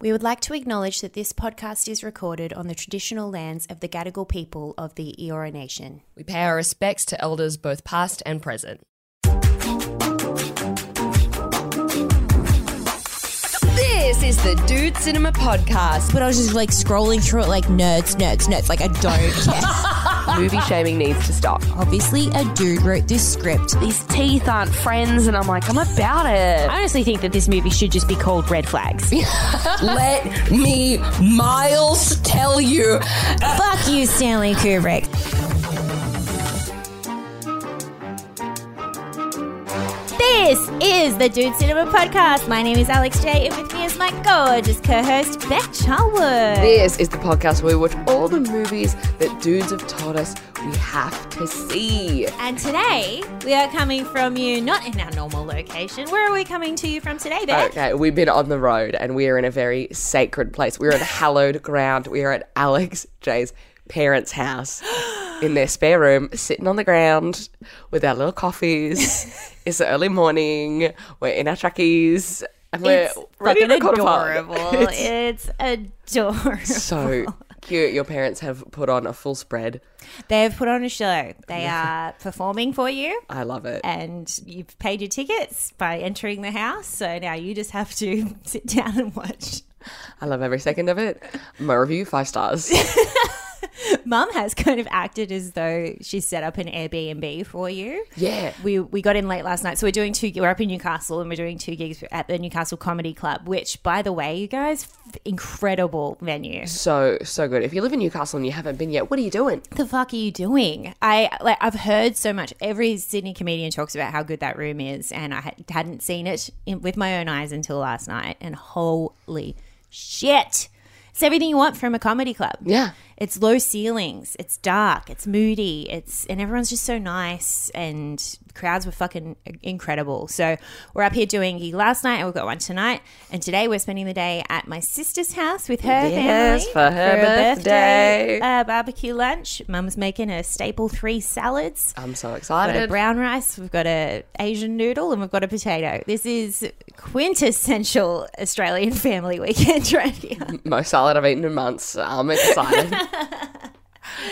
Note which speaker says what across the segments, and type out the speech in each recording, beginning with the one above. Speaker 1: We would like to acknowledge that this podcast is recorded on the traditional lands of the Gadigal people of the Eora Nation.
Speaker 2: We pay our respects to elders both past and present. This is the Dude Cinema Podcast.
Speaker 3: but I was just like scrolling through it, like nerds, nerds, nerds. Like I don't care.
Speaker 4: Movie shaming needs to stop. Oh,
Speaker 3: Obviously, a dude wrote this script.
Speaker 4: These teeth aren't friends, and I'm like, I'm about it.
Speaker 5: I honestly think that this movie should just be called Red Flags.
Speaker 6: Let me, Miles, tell you.
Speaker 3: Fuck you, Stanley Kubrick.
Speaker 1: This is the Dude Cinema Podcast. My name is Alex J, and with me is my gorgeous co host, Beck Charwood.
Speaker 4: This is the podcast where we watch all the movies that dudes have taught us we have to see.
Speaker 1: And today, we are coming from you not in our normal location. Where are we coming to you from today, Beck?
Speaker 4: Okay, we've been on the road and we are in a very sacred place. We're at hallowed ground. We are at Alex J's parents' house in their spare room, sitting on the ground with our little coffees. it's the early morning. We're in our trackies. And we're
Speaker 1: It's
Speaker 4: ready
Speaker 1: fucking
Speaker 4: to record a pod.
Speaker 1: adorable. It's adorable.
Speaker 4: so cute. Your parents have put on a full spread.
Speaker 1: They have put on a show. They are performing for you.
Speaker 4: I love it.
Speaker 1: and you've paid your tickets by entering the house. So now you just have to sit down and watch.
Speaker 4: I love every second of it. My review, five stars.
Speaker 1: Mum has kind of acted as though she set up an Airbnb for you.
Speaker 4: yeah.
Speaker 1: We, we got in late last night, so we're doing two. We're up in Newcastle, and we're doing two gigs at the Newcastle Comedy Club. Which, by the way, you guys, f- incredible venue.
Speaker 4: So, so good. If you live in Newcastle and you haven't been yet, what are you doing?
Speaker 1: the fuck are you doing? I like I've heard so much. Every Sydney comedian talks about how good that room is, and I had- hadn't seen it in, with my own eyes until last night. And holy shit, it's everything you want from a comedy club.
Speaker 4: Yeah.
Speaker 1: it's low ceilings, it's dark, it's moody, it's and everyone's just so nice, and the crowds were fucking incredible. So we're up here doing gig last night, and we've got one tonight, and today we're spending the day at my sister's house with her
Speaker 4: Yes,
Speaker 1: family
Speaker 4: for her
Speaker 1: a
Speaker 4: birthday.
Speaker 1: uh, barbecue lunch. Mum's making a staple three salads.
Speaker 4: I'm so
Speaker 1: We've got a
Speaker 4: excited.
Speaker 1: brown rice, we've got a Asian noodle, and we've got a potato. This is quintessential Australian family weekend right here.
Speaker 4: Most salad I've eaten in months. I'm excited.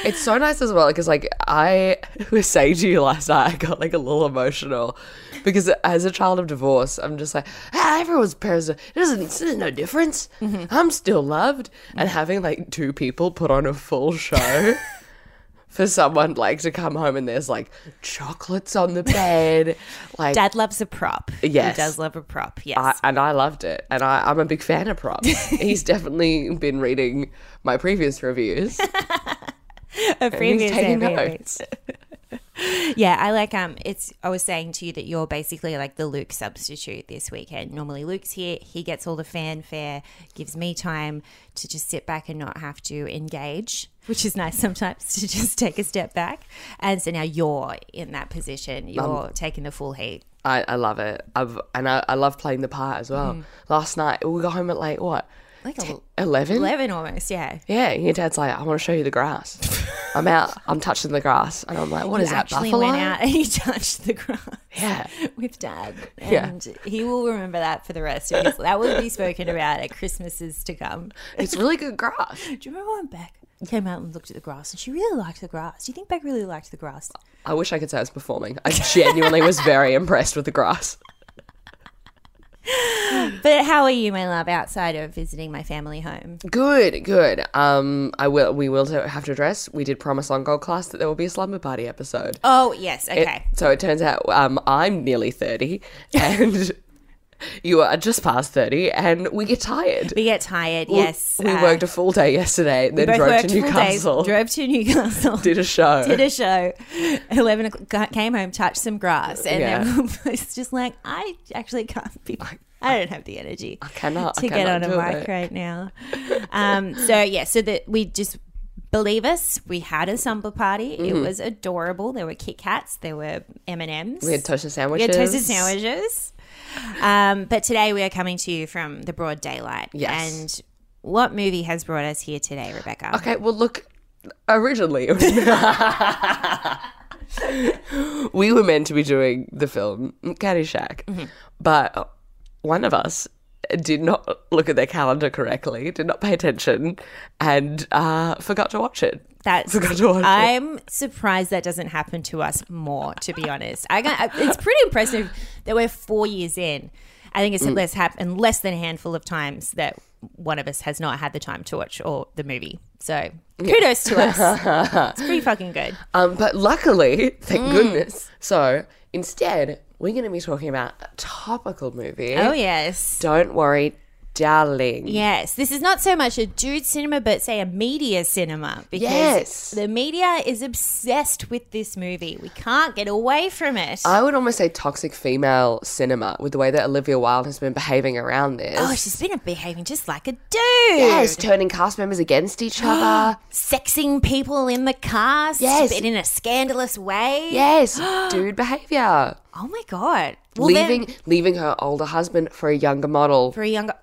Speaker 4: it's so nice as well because, like, I was saying to you last night, I got like a little emotional because as a child of divorce, I'm just like, ah, everyone's parents. Are, it doesn't. There's no difference. I'm still loved. And having like two people put on a full show. For someone like to come home and there's like chocolates on the bed, like
Speaker 1: Dad loves a prop.
Speaker 4: Yes.
Speaker 1: he does love a prop. Yes,
Speaker 4: I, and I loved it. And I, I'm a big fan of props. He's definitely been reading my previous reviews. and
Speaker 1: a
Speaker 4: He's
Speaker 1: previous
Speaker 4: taking
Speaker 1: Airbnb.
Speaker 4: notes.
Speaker 1: Yeah, I like um it's I was saying to you that you're basically like the Luke substitute this weekend. Normally Luke's here, he gets all the fanfare, gives me time to just sit back and not have to engage, which is nice sometimes to just take a step back. And so now you're in that position. You're taking the full heat.
Speaker 4: I, I love it. I've and I, I love playing the part as well. Last night we got home at like what,
Speaker 1: Like a-
Speaker 4: eleven?
Speaker 1: Eleven almost, yeah.
Speaker 4: Yeah, and your dad's like, I want to show you the grass. I'm out. I'm touching the grass, and I'm like, what is
Speaker 1: He
Speaker 4: that
Speaker 1: actually
Speaker 4: buffalo?
Speaker 1: went out and he touched the grass.
Speaker 4: Yeah.
Speaker 1: With dad.
Speaker 4: Yeah.
Speaker 1: And he will remember that for the rest of his that will be spoken about at Christmases to come.
Speaker 4: It's really good grass.
Speaker 1: Do you remember when Beck came out and looked at the grass and she really liked the grass? Do you think Beck really liked the grass?
Speaker 4: I wish I could say I was performing. I genuinely was very impressed with the grass.
Speaker 1: But how are you, my love, outside of visiting my family home?
Speaker 4: Good, good. Um, I will. We will have to address. We did promise on Gold Class that there will be a slumber party episode.
Speaker 1: Oh, yes. Okay.
Speaker 4: It- so it turns out um, I'm nearly thirty, and you are just past thirty, and we get tired.
Speaker 1: we get tired. yes.
Speaker 4: we
Speaker 1: uh,
Speaker 4: worked a full day yesterday, then
Speaker 1: both
Speaker 4: drove to
Speaker 1: worked full days,
Speaker 4: Newcastle,
Speaker 1: drove to Newcastle.
Speaker 4: did a show.
Speaker 1: did a show, eleven o'clock, came home, touched some grass, and then it's just like I actually can't be. I don't have the energy. I
Speaker 4: cannot- I
Speaker 1: to get
Speaker 4: cannot
Speaker 1: on a
Speaker 4: do
Speaker 1: mic
Speaker 4: it.
Speaker 1: right now. Um, so yeah, so that we just believe us. We had a samba party.
Speaker 4: Mm-hmm.
Speaker 1: It was adorable. There were Kit Kats. There were M and M's.
Speaker 4: we had toasted
Speaker 1: We
Speaker 4: sandwiches.
Speaker 1: had toasted sandwiches. Um, but today we are coming to you from the broad daylight.
Speaker 4: Yes.
Speaker 1: And what movie has brought us here today, Rebecca?
Speaker 4: Okay, well, look, originally we were meant to be doing the film Caddyshack, but one of us did not look at their calendar correctly, did not pay attention, and uh, forgot to watch it.
Speaker 1: That's
Speaker 4: Forgot to watch it.
Speaker 1: I'm surprised that doesn't happen to us more. To be honest, I, got- it's pretty impressive that we're four years in. I think
Speaker 4: Mm.
Speaker 1: it's less happened less than a handful of times that one of us has not had the time to watch or the movie. So kudos to us. it's pretty fucking good.
Speaker 4: Um, but luckily, thank goodness. So instead, we're going to be talking about a topical movie.
Speaker 1: Oh yes.
Speaker 4: Don't worry, darling.
Speaker 1: Yes, this is not so much a dude cinema, but say a media cinema because
Speaker 4: Yes.
Speaker 1: the media is obsessed with this movie. We can't get away from it.
Speaker 4: I would almost say toxic female cinema with the way that Olivia Wilde has been behaving around this.
Speaker 1: oh, she's been behaving just like a dude.
Speaker 4: yes, turning cast members against each other.
Speaker 1: sexing people in the cast,
Speaker 4: Yes.
Speaker 1: but in a scandalous way.
Speaker 4: yes, dude behavior.
Speaker 1: Oh my god. Well, then-
Speaker 4: leaving leaving her older husband for a younger model.
Speaker 1: for a younger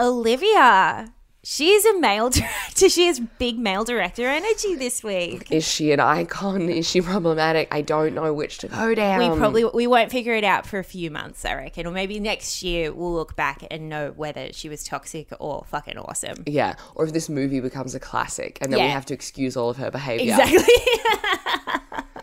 Speaker 1: Olivia. She's a male director. She has big male director energy this week.
Speaker 4: Is she an icon? Is she problematic? I don't know which to go down.
Speaker 1: we probably we won't figure it out for a few months, I reckon, or maybe next year we'll look back and know whether she was toxic or fucking awesome.
Speaker 4: yeah, or if this movie becomes a classic and then we
Speaker 1: Yeah.
Speaker 4: have to excuse all of her behavior
Speaker 1: Exactly.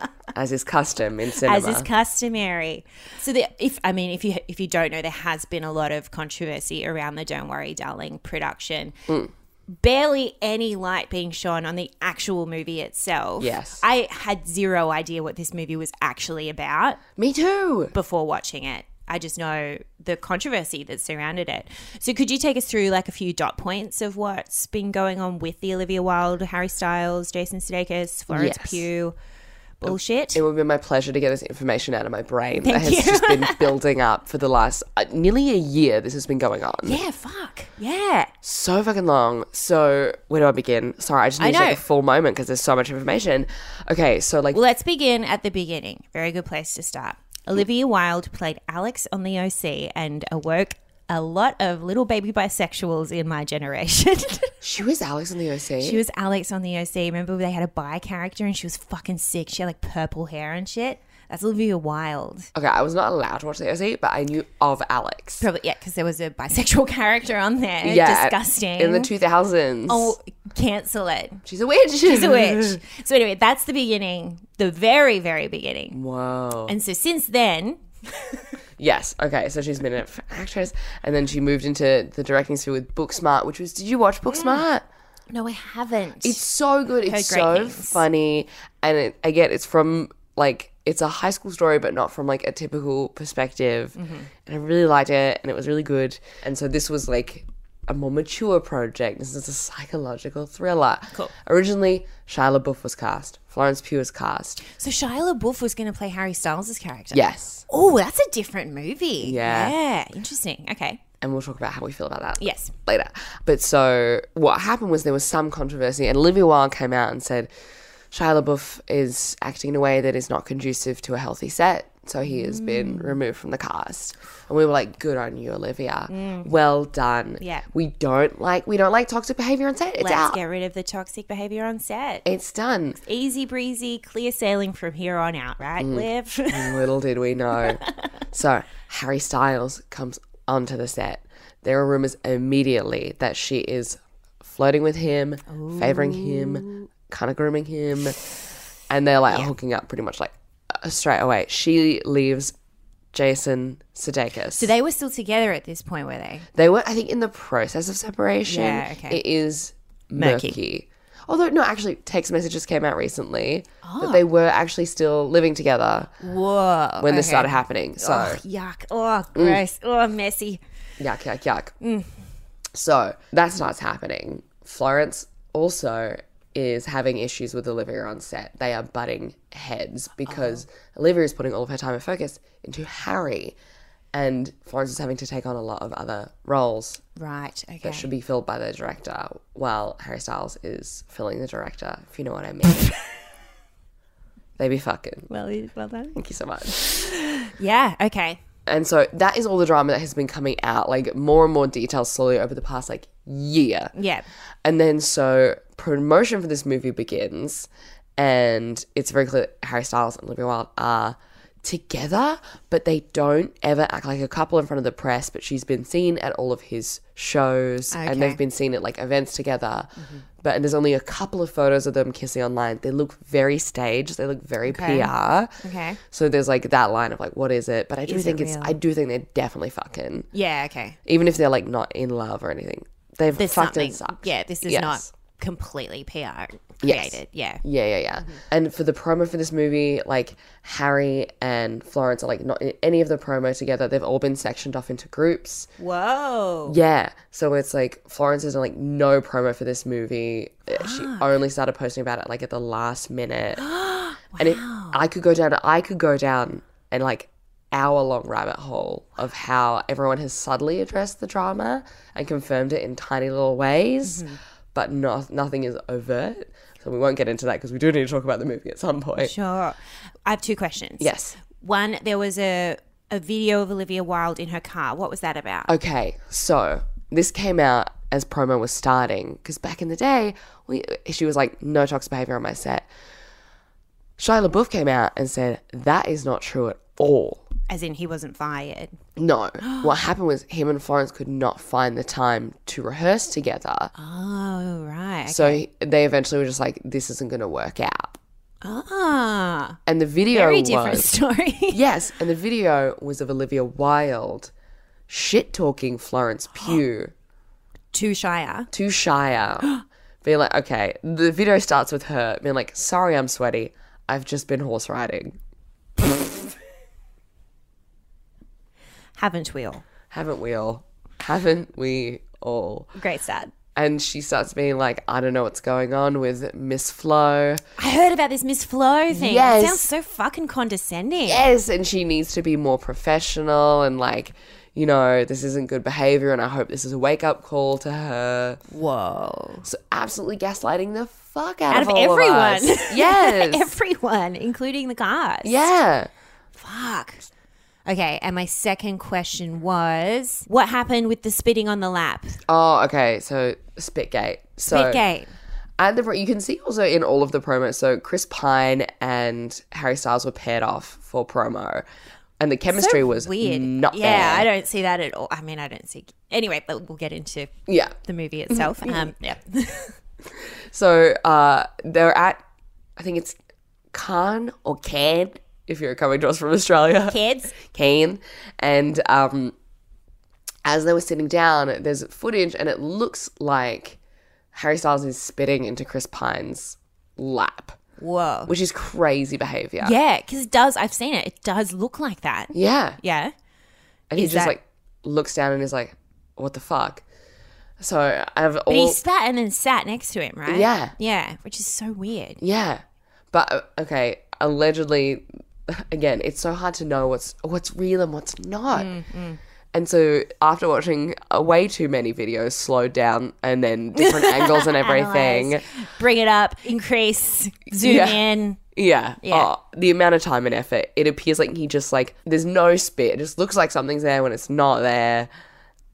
Speaker 4: as is custom in cinema.
Speaker 1: as is customary. So the, if I mean if you if you don't know, there has been a lot of controversy around the "Don't Worry, Darling" production.
Speaker 4: Mm.
Speaker 1: Barely any light being shone on the actual movie itself.
Speaker 4: Yes.
Speaker 1: I had zero idea what this movie was actually about
Speaker 4: Me too.
Speaker 1: before watching it. I just know the controversy that surrounded it. So, could you take us through like a few dot points of what's been going on with the Olivia Wilde, Harry Styles, Jason Sudeikis, Florence
Speaker 4: Yes.
Speaker 1: Pugh bullshit?
Speaker 4: It would be my pleasure to get this information out of my brain that has just been building up for the last uh, nearly a year. This has been going on
Speaker 1: yeah, fuck. Yeah.
Speaker 4: so fucking long. So where do I begin? Sorry, I just need to
Speaker 1: know.
Speaker 4: take a full moment because there's so much information. Okay, so like
Speaker 1: Well, let's begin at the beginning. Very good place to start. Olivia Wilde played Alex on the OC and awoke a lot of little baby bisexuals in my generation.
Speaker 4: she was Alex on the OC.
Speaker 1: she was Alex on the OC. Remember they had a bi character and she was fucking sick. She had like purple hair and shit. That's Olivia Wilde.
Speaker 4: okay, I was not allowed to watch the OC, but I knew of Alex.
Speaker 1: Probably yeah, because there was a bisexual character on there. disgusting.
Speaker 4: In the 2000s.
Speaker 1: oh, cancel it.
Speaker 4: she's a witch.
Speaker 1: She's a witch. so anyway, that's the beginning, the very very beginning.
Speaker 4: Whoa.
Speaker 1: And so since then,
Speaker 4: Yes. Okay. So she's been an actress, and then she moved into the directing sphere with Booksmart, which was. Did you watch Booksmart?
Speaker 1: no, I haven't.
Speaker 4: It's so good. It's
Speaker 1: great
Speaker 4: so
Speaker 1: things.
Speaker 4: funny, and it, again, it's from like it's a high school story, but not from like a typical perspective.
Speaker 1: Mm-hmm.
Speaker 4: And I really liked it, and it was really good. And so this was like a more mature project. This is a psychological thriller. Cool. Originally, Shia LaBeouf was cast. Florence Pugh was cast.
Speaker 1: So Shia LaBeouf was going to play Harry Styles' character.
Speaker 4: Yes.
Speaker 1: Oh, that's a different movie.
Speaker 4: Yeah.
Speaker 1: Yeah. Interesting. Okay.
Speaker 4: and we'll talk about how we feel about that.
Speaker 1: Yes.
Speaker 4: Later. But so what happened was there was some controversy, and Olivia Wilde came out and said Shia LaBeouf is acting in a way that is not conducive to a healthy set. So he has
Speaker 1: Mm.
Speaker 4: been removed from the cast, and we were like, "Good on you, Olivia. Well done."
Speaker 1: Mm. Yeah.
Speaker 4: we don't like we don't like toxic behavior on set. It's
Speaker 1: Let's
Speaker 4: out.
Speaker 1: get rid of the toxic behavior on set.
Speaker 4: it's done.
Speaker 1: Easy breezy, clear sailing from here on out, right,
Speaker 4: Mm.
Speaker 1: Liv?
Speaker 4: Little did we know. so Harry Styles comes onto the set. There are rumors immediately that she is flirting with him, favoring him, kind of grooming him, and they're like hooking up pretty much like uh, straight away. She leaves Jason Sudeikis.
Speaker 1: so they were still together at this point, were they?
Speaker 4: They were, I think, in the process of separation.
Speaker 1: Yeah, okay.
Speaker 4: It is
Speaker 1: Murky.
Speaker 4: murky. Although, no, actually, text messages came out recently
Speaker 1: Ah.
Speaker 4: that they were actually still living together
Speaker 1: Whoa.
Speaker 4: when Mm. this
Speaker 1: okay.
Speaker 4: started happening. So,
Speaker 1: Ugh, yuck. Oh, gross. Oh, messy.
Speaker 4: Yuck, yuck, yuck. So that starts happening. Florence also is having issues with Olivia on set. They are butting heads because Olivia is putting all of her time and focus into Harry, and Florence is having to take on a lot of other roles
Speaker 1: Right. Okay.
Speaker 4: that should be filled by the director, while Harry Styles is filling the director, if you know what I mean. they be fucking.
Speaker 1: well, well done.
Speaker 4: Thank you so much.
Speaker 1: Yeah. Okay.
Speaker 4: And so that is all the drama that has been coming out, like more and more details slowly over the past like year.
Speaker 1: Yeah.
Speaker 4: And then so promotion for this movie begins, and it's very clear that Harry Styles and Olivia Wilde are together, but they don't ever act like a couple in front of the press. But she's been seen at all of his shows and
Speaker 1: Okay. Mm-hmm.
Speaker 4: they've been seen at like events together. But and there's only a couple of photos of them kissing online. They look very staged. They look very PR.
Speaker 1: Okay.
Speaker 4: So there's like that line of like, what is it? But I do
Speaker 1: Is it
Speaker 4: think it's,
Speaker 1: real?
Speaker 4: I do think they're definitely fucking,
Speaker 1: Yeah, okay.
Speaker 4: even if they're like not in love or anything. They've
Speaker 1: There's
Speaker 4: fucked
Speaker 1: something.
Speaker 4: and sucked.
Speaker 1: Yeah, this is
Speaker 4: Yes.
Speaker 1: not completely PR
Speaker 4: Yes.
Speaker 1: created. Yeah.
Speaker 4: Yeah, yeah, yeah. And for the promo for this movie, like Harry and Florence are like not in any of the promo together. They've all been sectioned off into groups.
Speaker 1: Whoa.
Speaker 4: Yeah. So it's like Florence is in like no promo for this movie. She only started posting about it like at the last minute. And it, I could go down I could go down and like hour long rabbit hole of how everyone has subtly addressed the drama and confirmed it in tiny little ways, but not nothing is overt. So we won't get into that because we do need to talk about the movie at some point.
Speaker 1: Sure. I have two questions.
Speaker 4: Yes.
Speaker 1: One, there was a, a video of Olivia Wilde in her car. What was that
Speaker 4: Oh.
Speaker 1: about?
Speaker 4: Okay, so this came out as promo was starting because back in the day, we she was like no toxic behavior on my set. Shia LaBeouf came out and said that is not true at all.
Speaker 1: As in, he wasn't fired.
Speaker 4: No, what happened was him and Florence could not find the time to rehearse together,
Speaker 1: Oh, right.
Speaker 4: so he- they eventually were just like, "This isn't going to work out."
Speaker 1: ah,
Speaker 4: And the video
Speaker 1: very
Speaker 4: Oh, was
Speaker 1: different story.
Speaker 4: yes, and the video was of Olivia Wilde shit talking Florence Pugh.
Speaker 1: to Shire.
Speaker 4: to Shia, being like, okay, the video starts with her being like, sorry, I'm sweaty. I've just been horse riding.
Speaker 1: Haven't we all?
Speaker 4: Haven't we all? Haven't we all?
Speaker 1: Great start.
Speaker 4: And she starts being like, I don't know what's going on with Miss Flo.
Speaker 1: I heard about this Miss Flo thing.
Speaker 4: Yes.
Speaker 1: It sounds so fucking condescending.
Speaker 4: Yes, and she needs to be more professional and like, you know, this isn't good behavior, and I hope this is a wake up call to her.
Speaker 1: Whoa.
Speaker 4: So absolutely gaslighting the fuck out,
Speaker 1: Out of
Speaker 4: all
Speaker 1: everyone.
Speaker 4: us. Yes.
Speaker 1: Everyone, including the cars.
Speaker 4: yeah.
Speaker 1: Fuck. Okay, and my second question was what happened with the spitting on the lap?
Speaker 4: Oh, okay. So Spitgate. So
Speaker 1: Spitgate.
Speaker 4: And the pro- you can see also in all of the promos, so Chris Pine and Harry Styles were paired off for promo, and the chemistry was
Speaker 1: Weird.
Speaker 4: not
Speaker 1: yeah, I
Speaker 4: there.
Speaker 1: don't see that at all. I mean, I don't see. Anyway, but we'll get into
Speaker 4: yeah.
Speaker 1: the movie itself. Um, yeah.
Speaker 4: So uh, they're at, I think it's Cannes or Cannes if you're coming to us from Australia.
Speaker 1: Kids.
Speaker 4: Kane. And um, as they were sitting down, there's footage, and it looks like Harry Styles is spitting into Chris Pine's lap,
Speaker 1: Whoa.
Speaker 4: which is crazy behavior.
Speaker 1: Yeah, because it does. I've seen it. It does look like that.
Speaker 4: Yeah.
Speaker 1: Yeah.
Speaker 4: And he
Speaker 1: Is
Speaker 4: just
Speaker 1: that-
Speaker 4: like looks down and is like, "What the fuck?" So I've
Speaker 1: But
Speaker 4: all
Speaker 1: he spat and then sat next to him, right?
Speaker 4: Yeah.
Speaker 1: Yeah, which is so weird.
Speaker 4: yeah, but uh, okay. Allegedly, again, it's so hard to know what's what's real and what's not.
Speaker 1: Mm,
Speaker 4: And so after watching uh, way too many videos, slowed down and then different angles and everything,
Speaker 1: Bring it up, increase, zoom
Speaker 4: Yeah.
Speaker 1: in.
Speaker 4: yeah, Oh, the amount of time and effort, it appears like he just like there's no spit. It just looks like something's there when it's not there.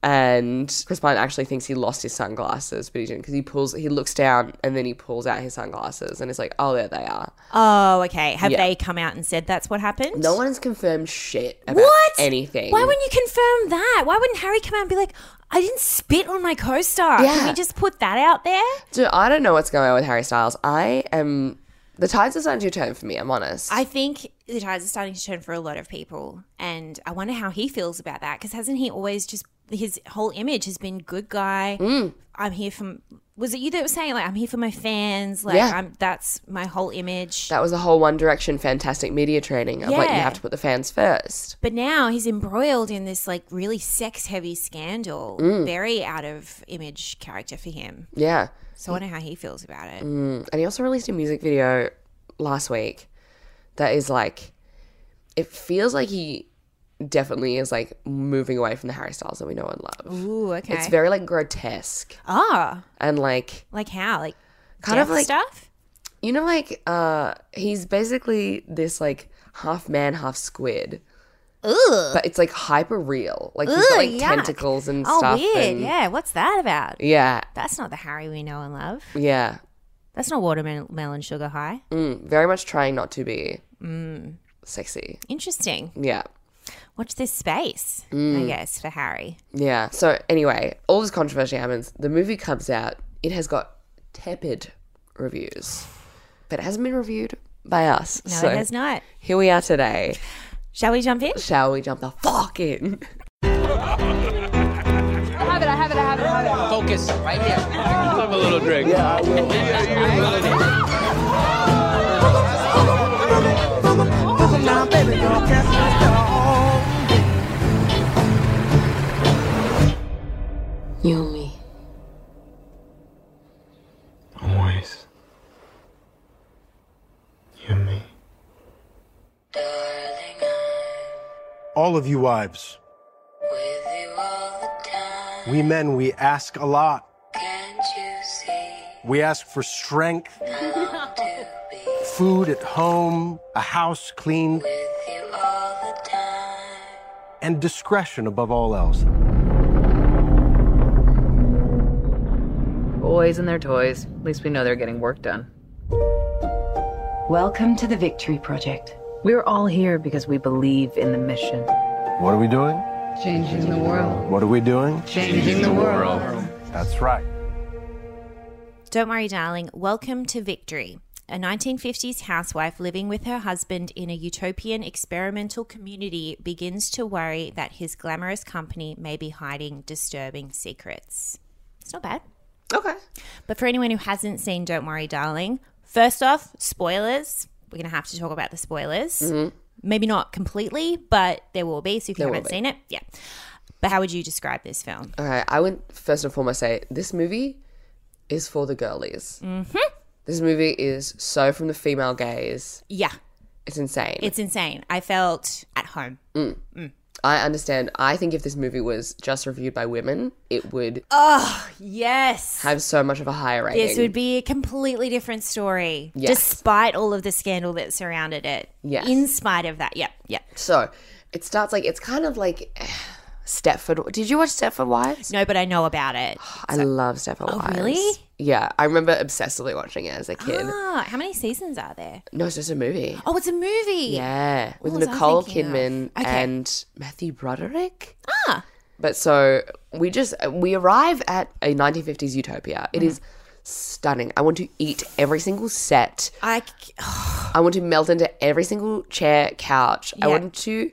Speaker 4: and Chris Pine actually thinks he lost his sunglasses, but he didn't because he pulls, he looks down and then he pulls out his sunglasses and it's like, oh, there they are.
Speaker 1: Oh, okay. Have
Speaker 4: Yeah.
Speaker 1: they come out and said that's what happened?
Speaker 4: No one has confirmed shit about
Speaker 1: What?
Speaker 4: anything.
Speaker 1: Why wouldn't you confirm that? Why wouldn't Harry come out and be like, I didn't spit on my co star? Can
Speaker 4: Yeah.
Speaker 1: we just put that out there?
Speaker 4: Dude, I don't know what's going on with Harry Styles. I am. The tides are starting to turn for me. I'm honest.
Speaker 1: I think the tides are starting to turn for a lot of people. And I wonder how he feels about that. Because hasn't he always just, his whole image has been good guy.
Speaker 4: Mm.
Speaker 1: I'm here for, was it you that was saying, like, I'm here for my fans? Like,
Speaker 4: Yeah.
Speaker 1: I'm, that's my whole image.
Speaker 4: that was the whole One Direction fantastic media training of like you
Speaker 1: Yeah.
Speaker 4: have to put the fans first.
Speaker 1: But now he's embroiled in this like really sex heavy scandal,
Speaker 4: Mm.
Speaker 1: very out of image character for him.
Speaker 4: Yeah,
Speaker 1: So I wonder how he feels about it.
Speaker 4: and he also released a music video last week that is like, it feels like he definitely is like moving away from the Harry Styles that we know and love.
Speaker 1: Ooh, okay.
Speaker 4: It's very like grotesque
Speaker 1: ah,
Speaker 4: and like
Speaker 1: like how? Like
Speaker 4: Kind
Speaker 1: death
Speaker 4: of like-
Speaker 1: stuff?
Speaker 4: you know like uh he's basically this like half man half squid. But it's like hyper real. Like he's got like
Speaker 1: yuck.
Speaker 4: tentacles and
Speaker 1: Oh,
Speaker 4: stuff.
Speaker 1: weird.
Speaker 4: and-
Speaker 1: Yeah. What's that about?
Speaker 4: Yeah.
Speaker 1: That's not the Harry we know and love.
Speaker 4: Yeah.
Speaker 1: That's not watermelon melon sugar high.
Speaker 4: Mm, very much trying not to be. sexy.
Speaker 1: Interesting.
Speaker 4: Yeah.
Speaker 1: Watch this space, I guess, for Harry.
Speaker 4: Yeah. So anyway, all this controversy happens. The movie comes out. It has got tepid reviews, but it hasn't been reviewed by us.
Speaker 1: No,
Speaker 4: so
Speaker 1: it has not.
Speaker 4: Here we are today.
Speaker 1: Shall we jump in?
Speaker 4: Shall we jump the fuck in?
Speaker 7: Focus right here. Have a little drink.
Speaker 6: You and me.
Speaker 8: Always. You and me.
Speaker 9: all of you wives. We men, we ask a lot. We ask for strength, food at home, a house clean, and discretion above all else.
Speaker 10: Boys and their toys. At least we know they're getting work done.
Speaker 11: Welcome to the Victory Project.
Speaker 10: We're all here because we believe in the mission.
Speaker 9: What are we doing?
Speaker 11: Changing the world.
Speaker 9: What are we doing?
Speaker 11: Changing the world.
Speaker 9: That's right.
Speaker 1: Don't worry, darling. Welcome to Victory. A 1950s housewife living with her husband in a utopian experimental community begins to worry that his glamorous company may be hiding disturbing secrets. It's not bad.
Speaker 4: Okay.
Speaker 1: But for anyone who hasn't seen Don't Worry, Darling, first off, spoilers. We're going to have to talk about the spoilers. Maybe not completely, but there will be. So if you
Speaker 4: Mm-hmm. will
Speaker 1: haven't
Speaker 4: be. Uh,
Speaker 1: seen it, yeah. But how would you describe this film?
Speaker 4: Okay. I would first and foremost say this movie is for the girlies. Mm-hmm. This movie is so from the female gaze.
Speaker 1: Yeah,
Speaker 4: It's insane.
Speaker 1: it's insane. I felt at home.
Speaker 4: Mm. I understand. I think if this movie was just reviewed by women, it would
Speaker 1: Yes.
Speaker 4: have so much of a higher rating.
Speaker 1: This Oh. would be a completely different story, despite all of the scandal that surrounded it.
Speaker 4: Yes.
Speaker 1: In spite of that, yep, yep.
Speaker 4: So it starts like it's kind of like Stepford. Did you watch Stepford Wives?
Speaker 1: No, but I know about it.
Speaker 4: I love Stepford Wives.
Speaker 1: Oh, really?
Speaker 4: Yeah, I remember obsessively watching it as a kid.
Speaker 1: Ah, how many seasons are there?
Speaker 4: No, it's just a movie.
Speaker 1: Oh, it's a movie.
Speaker 4: Yeah, with
Speaker 1: What was I
Speaker 4: Nicole
Speaker 1: thinking
Speaker 4: Kidman
Speaker 1: of? Okay.
Speaker 4: and Matthew Broderick. Ah. But so we just we arrive at a 1950s utopia.
Speaker 1: Mm.
Speaker 4: It is stunning. I want to eat every single set.
Speaker 1: I c-
Speaker 4: I want to melt into every single chair, couch. I
Speaker 1: Yeah.
Speaker 4: want to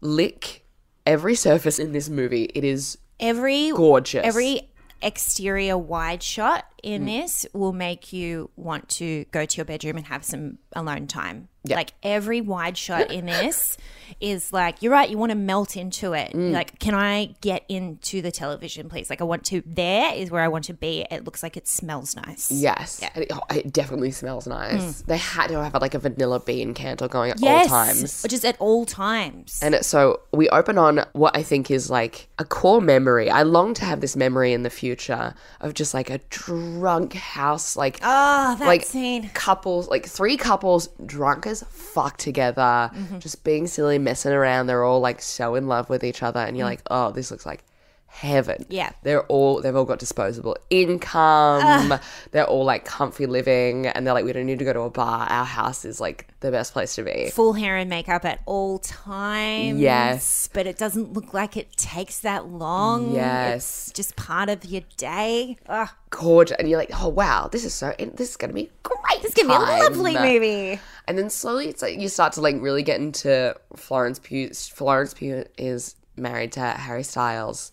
Speaker 4: lick every surface in this movie. It is
Speaker 1: every
Speaker 4: gorgeous. Mm.
Speaker 1: every exterior wide shot in this will make you want to go to your bedroom and have some alone time. Like every wide shot in this is like you're right. You want to melt into it.
Speaker 4: Mm.
Speaker 1: You're Like, can I get into the television, please? Like, I want to. There is where I want to be. It looks like it smells nice.
Speaker 4: Yes, and it, oh, it definitely smells nice. They had to have like a vanilla bean candle going at
Speaker 1: Yes.
Speaker 4: all times.
Speaker 1: Just at all times.
Speaker 4: And so we open on what I think is like a core memory. I long to have this memory in the future of just like a drunk house, like
Speaker 1: Ah, that
Speaker 4: like
Speaker 1: scene.
Speaker 4: couples, like three couples drunk as fuck together,
Speaker 1: Mm-hmm.
Speaker 4: just being silly, messing around. They're all like so in love with each other, and you're like, oh, this looks like heaven.
Speaker 1: Mm. Yeah.
Speaker 4: they're all they've all got disposable income.
Speaker 1: Ah.
Speaker 4: They're all like comfy living, and they're like, we don't need to go to a bar. Our house is like the best place to be.
Speaker 1: full hair and makeup at all times.
Speaker 4: Yes.
Speaker 1: But it doesn't look like it takes that long.
Speaker 4: Yes.
Speaker 1: It's just part of your day. Oh, Ugh,
Speaker 4: gorgeous, and you're like, oh wow, this is so, and this is gonna be great.
Speaker 1: this is going to be a
Speaker 4: time.
Speaker 1: lovely movie.
Speaker 4: And then slowly, it's like you start to like really get into Florence Pugh. Florence Pugh is married to Harry Styles,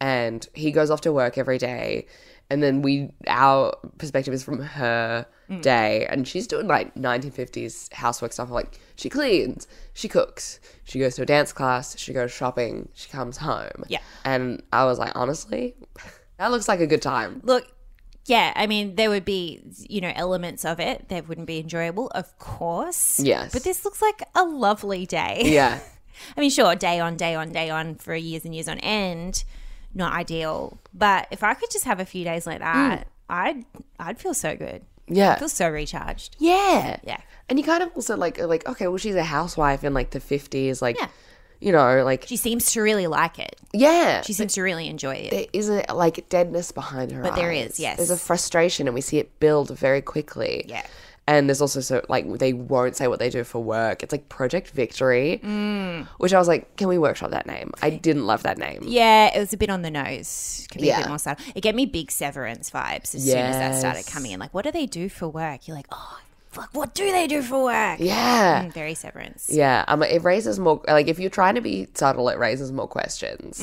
Speaker 4: and he goes off to work every day. And then we, our perspective is from her
Speaker 1: Mm.
Speaker 4: day, and she's doing like 1950s housework stuff. Like she cleans, she cooks, she goes to a dance class, she goes shopping, she comes home.
Speaker 1: Yeah.
Speaker 4: And I was like, honestly, that looks like a good time.
Speaker 1: Look, yeah, I mean, there would be, you know, elements of it that wouldn't be enjoyable, of course.
Speaker 4: Yes.
Speaker 1: But this looks like a lovely day.
Speaker 4: Yeah.
Speaker 1: I mean, sure, day on, day on, day on for years and years on end, not ideal. But if I could just have a few days like that, I'd I'd feel so good.
Speaker 4: Yeah.
Speaker 1: I feel so recharged.
Speaker 4: Yeah.
Speaker 1: Yeah.
Speaker 4: And you kind of also like are like, okay, well she's a housewife in like the fifties, like
Speaker 1: Yeah.
Speaker 4: you know, like
Speaker 1: She seems to really like it.
Speaker 4: yeah,
Speaker 1: She seems to really enjoy it.
Speaker 4: there is a like deadness behind her.
Speaker 1: But there
Speaker 4: eyes.
Speaker 1: is, yes.
Speaker 4: There's a frustration, and we see it build very quickly.
Speaker 1: Yeah.
Speaker 4: And there's also so like they won't say what they do for work. It's like Project Victory, which I was like, can we workshop that name? I didn't love that name.
Speaker 1: Mm. Yeah, it was a bit on the nose. Could be a
Speaker 4: Yeah.
Speaker 1: bit more subtle. It gave me big Severance vibes as soon as that started
Speaker 4: Yes.
Speaker 1: coming in. Like, what do they do for work? You're like, oh, fuck, what do they do for work?
Speaker 4: Yeah.
Speaker 1: Mm, very Severance.
Speaker 4: Yeah, um, it raises more. Like, if you're trying to be subtle, it raises more questions.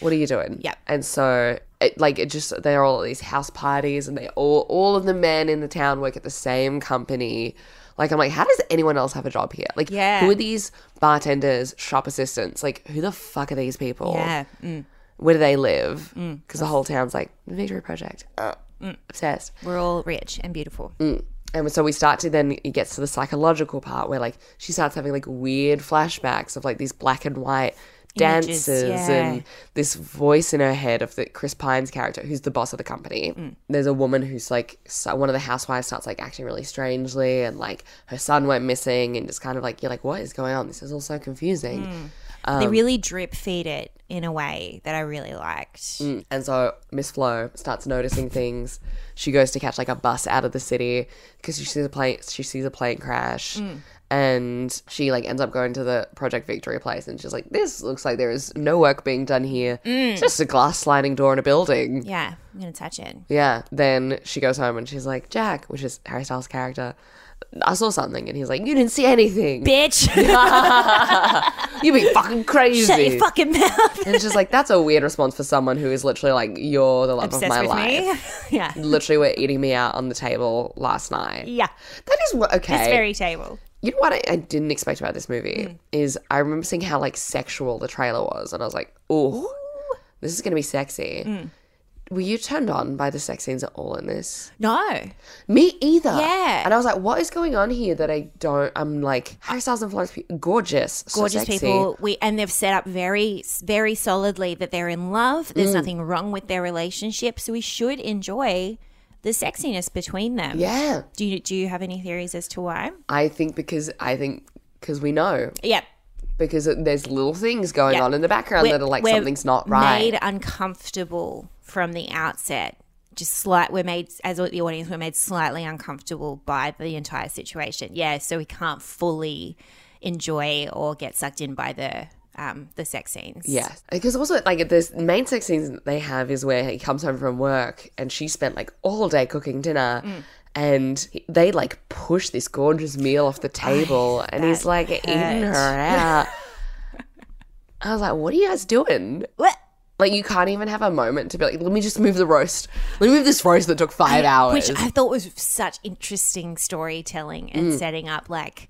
Speaker 4: What are you doing?
Speaker 1: Mm. Yep.
Speaker 4: And so, it, like, it just they're all at these house parties, and they all all of the men in the town work at the same company. Like, I'm like, how does anyone else have a job here? Like,
Speaker 1: Yeah.
Speaker 4: who are these bartenders, shop assistants? Like, who the fuck are these people?
Speaker 1: Yeah. Mm.
Speaker 4: Where do they live? Because the whole town's like Victory Project. Uh, Obsessed.
Speaker 1: We're all rich and beautiful.
Speaker 4: And so we start to then it gets to the psychological part where like she starts having like weird flashbacks of like these black and white
Speaker 1: Images,
Speaker 4: dances
Speaker 1: yeah.
Speaker 4: and this voice in her head of the Chris Pine's character who's the boss of the company.
Speaker 1: Mm.
Speaker 4: There's a woman who's like so- one of the housewives starts like acting really strangely and like her son went missing and just kind of like you're like what is going on? This is all so confusing.
Speaker 1: Mm.
Speaker 4: Mm.
Speaker 1: they really drip feed it in a way that I really liked.
Speaker 4: And so Miss Flo starts noticing things. She goes to catch like a bus out of the city because she sees a plane. She sees a plane crash,
Speaker 1: Mm.
Speaker 4: and she like ends up going to the Project Victory place. And she's like, "This looks like there is no work being done here. It's just a glass sliding door in a building." Yeah.
Speaker 1: Mm. Yeah, I'm going to touch it.
Speaker 4: Then she goes home and she's like, "Jack," which is Harry Styles' character. I saw something, and he's like, "You didn't see anything.
Speaker 1: Bitch,
Speaker 4: you be fucking crazy."
Speaker 1: shut your fucking mouth.
Speaker 4: and it's just like that's a weird response for someone who is literally like, "You're the love of
Speaker 1: Obsessed
Speaker 4: my
Speaker 1: with
Speaker 4: life."
Speaker 1: me. yeah.
Speaker 4: literally were eating me out on the table last night.
Speaker 1: Yeah.
Speaker 4: That is what okay.
Speaker 1: It's very Hmm. table.
Speaker 4: you know what I, I didn't expect about this movie is I remember seeing how like sexual the trailer was, and I was like, "Ooh, this is gonna be sexy."
Speaker 1: Hmm.
Speaker 4: Were you turned on by the sex scenes at all in this?
Speaker 1: No.
Speaker 4: Me either.
Speaker 1: Yeah.
Speaker 4: And I was like, "What is going on here?" That I don't. I'm like Harry Styles and Florence, Pugh, gorgeous, so
Speaker 1: gorgeous
Speaker 4: sexy.
Speaker 1: people. We and they've set up very, very solidly that they're in love. There's
Speaker 4: Mm.
Speaker 1: nothing wrong with their relationship, so we should enjoy the sexiness between them.
Speaker 4: Yeah,
Speaker 1: Do you do you have any theories as to why?
Speaker 4: I think because I think because we know
Speaker 1: Yeah.
Speaker 4: because there's little things going
Speaker 1: Yeah.
Speaker 4: on in the background that are like
Speaker 1: we're
Speaker 4: something's not right.
Speaker 1: Made uncomfortable from the outset. Just slight. We're made as the audience. We're made slightly uncomfortable by the entire situation. Yeah. So we can't fully enjoy or get sucked in by the um, the sex scenes.
Speaker 4: Yes, because also like the main sex scenes that they have is where he comes home from work and she spent like all day cooking dinner,
Speaker 1: Mm.
Speaker 4: and he- they like push this gorgeous meal off the table, and he's like eating her out. I was like, "What are you guys doing?"
Speaker 1: What?
Speaker 4: Like you can't even have a moment to be like, "Let me just move the roast. Let me move this roast that took five hours."
Speaker 1: Which I thought was such interesting storytelling and
Speaker 4: Mm.
Speaker 1: setting up like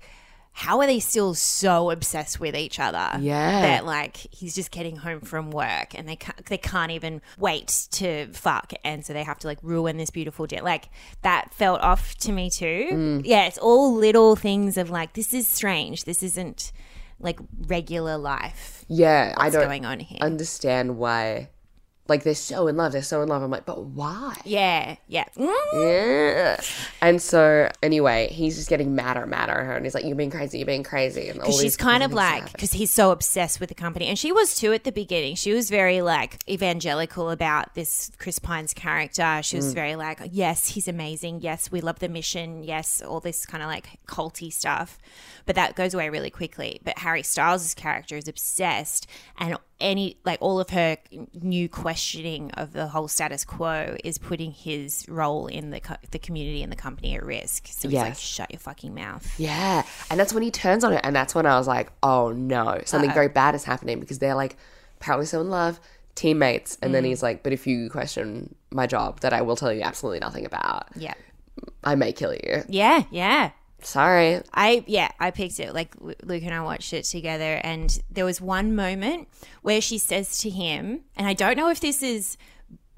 Speaker 1: how are they still so obsessed with each other?
Speaker 4: Yeah.
Speaker 1: that like he's just getting home from work and they can't, they can't even wait to fuck, and so they have to like ruin this beautiful day. Like that felt off to me too.
Speaker 4: Mm.
Speaker 1: Yeah, it's all little things of like this is strange. This isn't like regular life.
Speaker 4: yeah, I
Speaker 1: What's
Speaker 4: don't
Speaker 1: going on here?
Speaker 4: understand why. Like they're so in love, they're so in love. I'm like, but why?
Speaker 1: yeah, yeah. Mm.
Speaker 4: Yeah. And so, anyway, he's just getting madder, and madder at her, and he's like, "You're being crazy. You're being crazy." And all
Speaker 1: Because she's
Speaker 4: these
Speaker 1: kind of
Speaker 4: things
Speaker 1: like,
Speaker 4: happen.
Speaker 1: because he's so obsessed with the company. And she was too at the beginning. She was very like evangelical about this Chris Pine's character. She was very like, yes, he's amazing. Yes, we love the mission. Yes, all this kind of like culty stuff. But that goes away really quickly. But Harry Styles' character is obsessed. And any, like all of her new questioning of the whole status quo is putting his role in the, co- the community and the company at risk. So it's like,
Speaker 4: Yes.
Speaker 1: shut your fucking mouth.
Speaker 4: yeah. And that's when he turns on her, and that's when I was like, "Oh no,
Speaker 1: Uh.
Speaker 4: something very bad is happening." Because they're like, apparently, so in love, teammates, and then
Speaker 1: Mm.
Speaker 4: he's like, "But if you question my job, that I will tell you absolutely nothing about,
Speaker 1: Yeah.
Speaker 4: I may kill you."
Speaker 1: Yeah. Yeah.
Speaker 4: Sorry.
Speaker 1: I yeah, I picked it. Like Lu- Luke and I watched it together, and there was one moment where she says to him, and I don't know if this is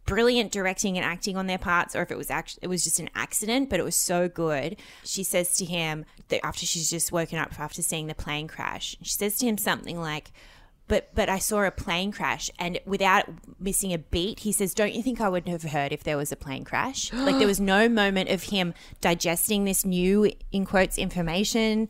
Speaker 1: brilliant directing and acting on their parts or if it was actually it was just an accident but it was so good she says to him that after she's just woken up after seeing the plane crash she says to him something like but but I saw a plane crash and without missing a beat he says don't you think I would have heard if there was a plane crash like there was no moment of him digesting this new in quotes information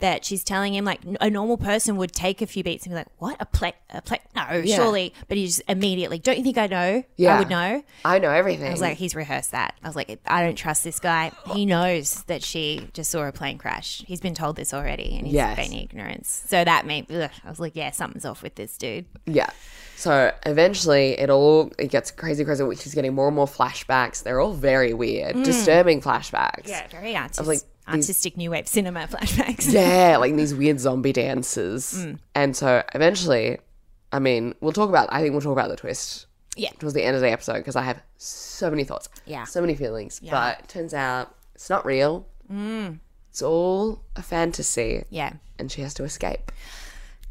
Speaker 1: that she's telling him like n- a normal person would take a few beats and be like, "What a plec a plec? No,
Speaker 4: Yeah.
Speaker 1: surely." But he just immediately, "Don't you think I know? I
Speaker 4: Yeah.
Speaker 1: would know."
Speaker 4: I know everything.
Speaker 1: I was like, "He's rehearsed that." I was like, "I don't trust this guy. He knows that she just saw a plane crash. He's been told this already, and he's
Speaker 4: Yes.
Speaker 1: feigning ignorance." So that made ugh. I was like, "Yeah, something's off with this dude."
Speaker 4: Yeah. So eventually it all it gets crazy, crazy. She's getting more and more flashbacks. They're all very weird, disturbing flashbacks.
Speaker 1: Mm. Yeah, very artistic,
Speaker 4: like, these-
Speaker 1: artistic new wave cinema flashbacks.
Speaker 4: Yeah, like these weird zombie dances.
Speaker 1: Mm.
Speaker 4: And so eventually, I mean, we'll talk about, I think we'll talk about the twist.
Speaker 1: Yeah.
Speaker 4: Towards the end of the episode, because I have so many thoughts. Yeah. So many feelings. But it turns out it's not real. It's all a fantasy.
Speaker 1: Mm. yeah.
Speaker 4: And she has to escape.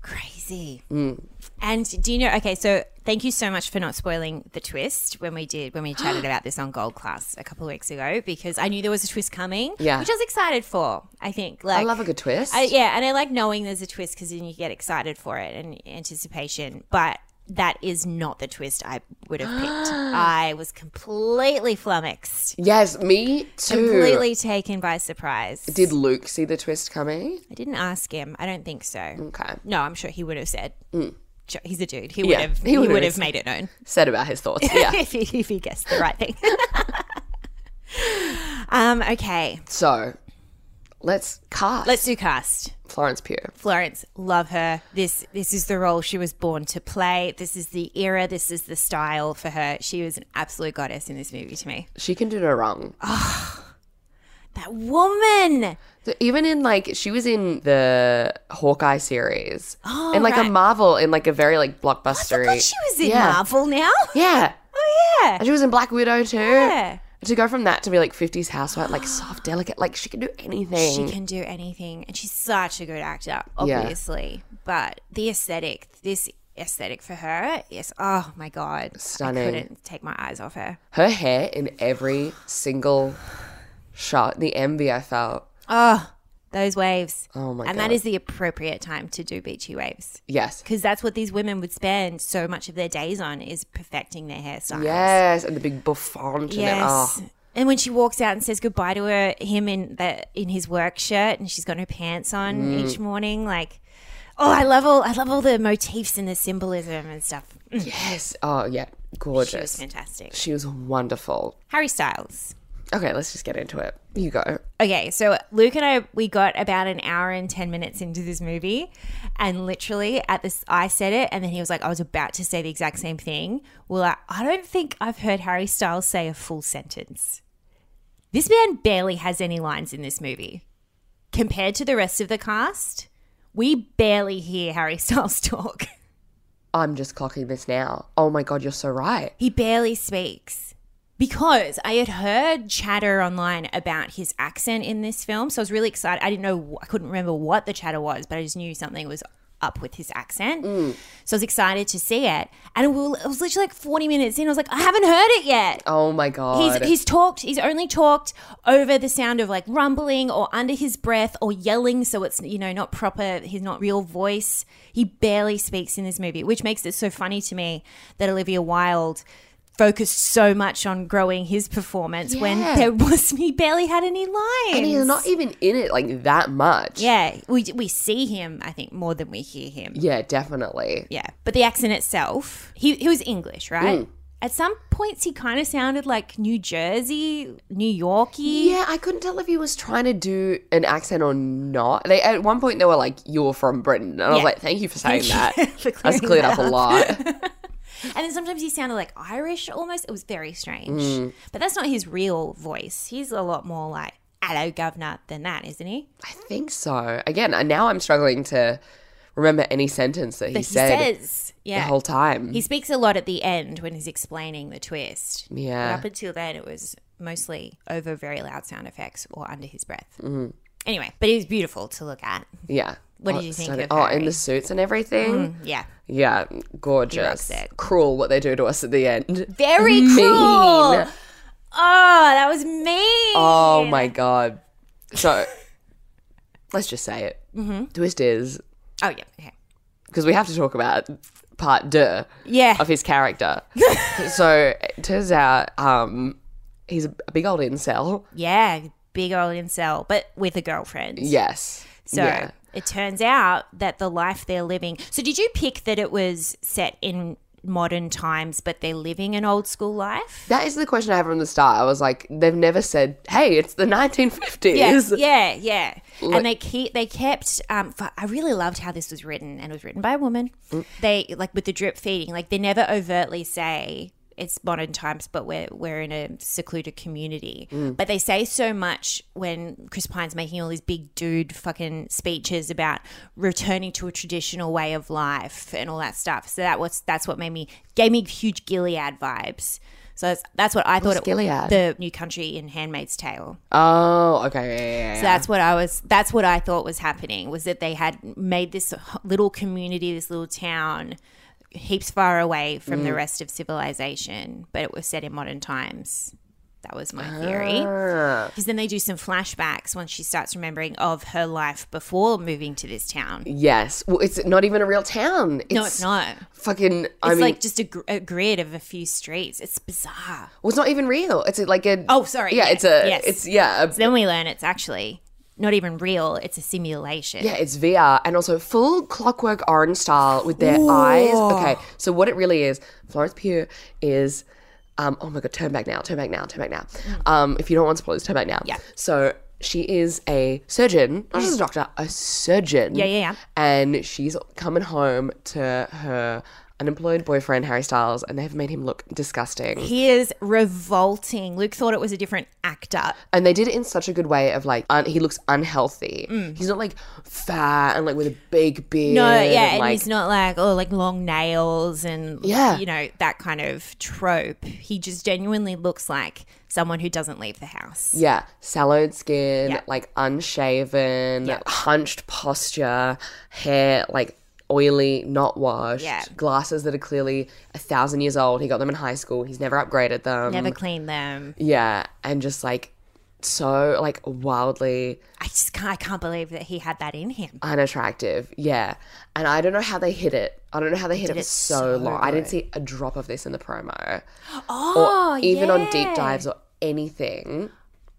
Speaker 1: crazy.
Speaker 4: Mm.
Speaker 1: And do you know? Okay, so thank you so much for not spoiling the twist when we did when we chatted about this on Gold Class a couple of weeks ago because I knew there was a twist coming.
Speaker 4: Yeah.
Speaker 1: which I was excited for. I think like
Speaker 4: I love a good twist.
Speaker 1: I- yeah, and I like knowing there's a twist because then you get excited for it and anticipation. But that is not the twist I would have picked. I was completely flummoxed,
Speaker 4: yes, me too.
Speaker 1: completely taken by surprise.
Speaker 4: Did Luke see the twist coming?
Speaker 1: I didn't ask him. I don't think so.
Speaker 4: Okay.
Speaker 1: No, I'm sure he would have said. Sure, He's a dude. He would
Speaker 4: Mm. Yeah,
Speaker 1: have.
Speaker 4: he
Speaker 1: He,
Speaker 4: would have
Speaker 1: would have
Speaker 4: said-
Speaker 1: made it known
Speaker 4: Said about his thoughts. Yeah.
Speaker 1: if, he, if he guessed the right thing. um. Okay.
Speaker 4: So let's cast
Speaker 1: Let's do cast.
Speaker 4: Florence Pugh.
Speaker 1: Florence, love her. This this is the role she was born to play. This is the era. This is the style for her. She was an absolute goddess in this movie to me.
Speaker 4: She can do no wrong.
Speaker 1: That woman.
Speaker 4: So even in like she was in the Hawkeye series. Oh, and like a
Speaker 1: right.
Speaker 4: Marvel in like a very like
Speaker 1: I
Speaker 4: blockbustery.
Speaker 1: forgot she was in
Speaker 4: Yeah.
Speaker 1: Marvel now.
Speaker 4: Yeah.
Speaker 1: Oh yeah.
Speaker 4: And she was in Black Widow too.
Speaker 1: Yeah.
Speaker 4: To go from that to be like 50s housewife, like soft, delicate, like she can do anything.
Speaker 1: She can do anything, and she's such a good actor, obviously. But the aesthetic, this aesthetic for her, yes. Oh my god,
Speaker 4: Stunning.
Speaker 1: I couldn't take my eyes off her.
Speaker 4: Her hair in every single shot, the envy I felt.
Speaker 1: Oh, Those waves.
Speaker 4: Oh my
Speaker 1: and
Speaker 4: God.
Speaker 1: that is the appropriate time to do beachy waves
Speaker 4: Yes.
Speaker 1: because that's what these women would spend so much of their days on is perfecting their hairstyles.
Speaker 4: Yes. And the big bouffant. And it,
Speaker 1: Yes.
Speaker 4: oh,
Speaker 1: And when she walks out and says goodbye to her, him in the in his work shirt, and she's got no pants on
Speaker 4: Mm.
Speaker 1: each morning, like, oh, I love all I love all the motifs and the symbolism and stuff.
Speaker 4: yes. Oh, yeah.
Speaker 1: She was
Speaker 4: Gorgeous.
Speaker 1: fantastic.
Speaker 4: She was wonderful.
Speaker 1: Harry Styles.
Speaker 4: Okay, let's just get into it. You go.
Speaker 1: Okay, so Luke and I we got about an hour and ten minutes into this movie, and literally at this I said it, and then he was like, "I was about to say the exact same thing." Well, I, I don't think I've heard Harry Styles say a full sentence. This man barely has any lines in this movie compared to the rest of the cast. We barely hear Harry Styles talk.
Speaker 4: I'm just clocking this now. Oh my god, you're so right.
Speaker 1: He barely speaks because I had heard chatter online about his accent in this film. So I was really excited. I didn't know, I couldn't remember what the chatter was, but I just knew something was up with his accent. So I was excited to see it. And we were, it was literally like 40 minutes in. I was like, I haven't heard it yet.
Speaker 4: Oh my god.
Speaker 1: He's, he's talked. He's only talked over the sound of like rumbling or under his breath or yelling, so it's you know not proper. His not real voice. He barely speaks in this movie, which makes it so funny to me that Olivia Wilde focused so much on growing his performance when
Speaker 4: Yeah.
Speaker 1: there was he barely had any lines.
Speaker 4: and he's not e- even in it like that much.
Speaker 1: Yeah, we we see him. I think more than we hear him.
Speaker 4: Yeah, definitely.
Speaker 1: Yeah, but the accent itself, he, he was English, right?
Speaker 4: Mm.
Speaker 1: At some points, he kind of sounded like New Jersey, New Yorkie.
Speaker 4: Yeah, I couldn't tell if he was trying to do an accent or not. They at one point they were like, "You're from Britain," and I was
Speaker 1: Yeah.
Speaker 4: like, "Thank you for saying that."
Speaker 1: Thank you for
Speaker 4: That's
Speaker 1: clearing
Speaker 4: cleared
Speaker 1: that
Speaker 4: up a lot.
Speaker 1: And then sometimes he sounded like Irish almost. It was very strange.
Speaker 4: Mm.
Speaker 1: But that's not his real voice. He's a lot more like, hello, governor, than that, isn't he?
Speaker 4: I think so. Again, and now I'm struggling to remember any sentence that he,
Speaker 1: But he
Speaker 4: said
Speaker 1: says, yeah.
Speaker 4: the whole time.
Speaker 1: He speaks a lot at the end when he's explaining the twist. But
Speaker 4: yeah,
Speaker 1: up until then, it was mostly over very loud sound effects or under his breath. Mm-hmm. Anyway, but he was beautiful to look at.
Speaker 4: yeah.
Speaker 1: What did you think
Speaker 4: stunning.
Speaker 1: of
Speaker 4: Oh,
Speaker 1: Harry?
Speaker 4: in the suits and everything.
Speaker 1: Yeah.
Speaker 4: Yeah, gorgeous.
Speaker 1: rocks it.
Speaker 4: Cruel what they do to us at the end.
Speaker 1: Very
Speaker 4: Mean.
Speaker 1: cruel. Oh, that was mean.
Speaker 4: Oh my god. So let's just say it. Mm-hmm. Twist is
Speaker 1: Oh, yeah. Okay.
Speaker 4: because we have to talk about part deux
Speaker 1: Yeah.
Speaker 4: of his character. so it turns out um, he's a big old incel.
Speaker 1: Yeah. Big old incel, but with a girlfriend.
Speaker 4: Yes.
Speaker 1: So
Speaker 4: Yeah.
Speaker 1: it turns out that the life they're living. So did you pick that it was set in modern times, but they're living an old school life?
Speaker 4: That is the question I had from the start. I was like, they've never said, "Hey, it's the 1950s."
Speaker 1: Yes, yeah, yeah. and they keep they kept. Um, fu- I really loved how this was written, and it was written by a woman. They like with the drip feeding. Like they never overtly say it's modern times, but we're we're in a secluded community. But they say so much when Chris Pine's making all these big dude fucking speeches about returning to a traditional way of life and all that stuff. So that was that's what made me gave me huge Gilead vibes. So that's, that's what I thought it
Speaker 4: Gilead?
Speaker 1: the new country in Handmaid's Tale.
Speaker 4: Oh, okay. yeah, yeah, yeah.
Speaker 1: So that's what I was. That's what I thought was happening was that they had made this little community, this little town, heaps far away from
Speaker 4: Mm.
Speaker 1: the rest of civilization, but it was set in modern times. That was my theory.
Speaker 4: Ah.
Speaker 1: Because then they do some flashbacks once she starts remembering of her life before moving to this town.
Speaker 4: Yes. Well, it's not even a real town. It's
Speaker 1: no, it's not. It's
Speaker 4: Fucking. I mean,
Speaker 1: like just a, gr- a grid of a few streets. It's bizarre.
Speaker 4: well, it's not even real. It's like a.
Speaker 1: Oh, sorry.
Speaker 4: Yeah,
Speaker 1: yeah,
Speaker 4: it's a.
Speaker 1: yes.
Speaker 4: It's yeah. A,
Speaker 1: Then we learn it's actually not even real. It's a simulation.
Speaker 4: yeah, it's VR and also full clockwork orange style with their eyes. Okay, so what it really is, Florence Pugh is, um, oh my god, turn back now, turn back now, turn back now.
Speaker 1: Mm.
Speaker 4: Um, if you don't want spoilers, turn back now. Yeah. So she is a surgeon, not just a doctor, a surgeon.
Speaker 1: Mm. Yeah, yeah, yeah.
Speaker 4: And she's coming home to her unemployed boyfriend Harry Styles, and they've made him look disgusting.
Speaker 1: He is revolting. Luke thought it was a different actor.
Speaker 4: and they did it in such a good way of like un- he looks unhealthy. He's not like fat and like with a big beard.
Speaker 1: Mm. No, yeah,
Speaker 4: and,
Speaker 1: and
Speaker 4: like,
Speaker 1: he's not like oh, like long nails and
Speaker 4: Yeah.
Speaker 1: you know that kind of trope. He just genuinely looks like someone who doesn't leave the house.
Speaker 4: yeah, sallow skin,
Speaker 1: Yeah.
Speaker 4: like unshaven,
Speaker 1: Yeah.
Speaker 4: hunched posture, hair like oily, not washed,
Speaker 1: Yeah.
Speaker 4: glasses that are clearly a thousand years old. He got them in high school. He's never upgraded them.
Speaker 1: Never clean them.
Speaker 4: Yeah, and just like so like wildly
Speaker 1: I just can't. I can't believe that he had that in him.
Speaker 4: Uh, unattractive. Yeah. And I don't know how they hit it. I don't know how they hit it for
Speaker 1: it
Speaker 4: so,
Speaker 1: so
Speaker 4: long. I didn't
Speaker 1: good.
Speaker 4: see a drop of this in the promo.
Speaker 1: Oh,
Speaker 4: or even on deep
Speaker 1: yeah.
Speaker 4: dives or anything.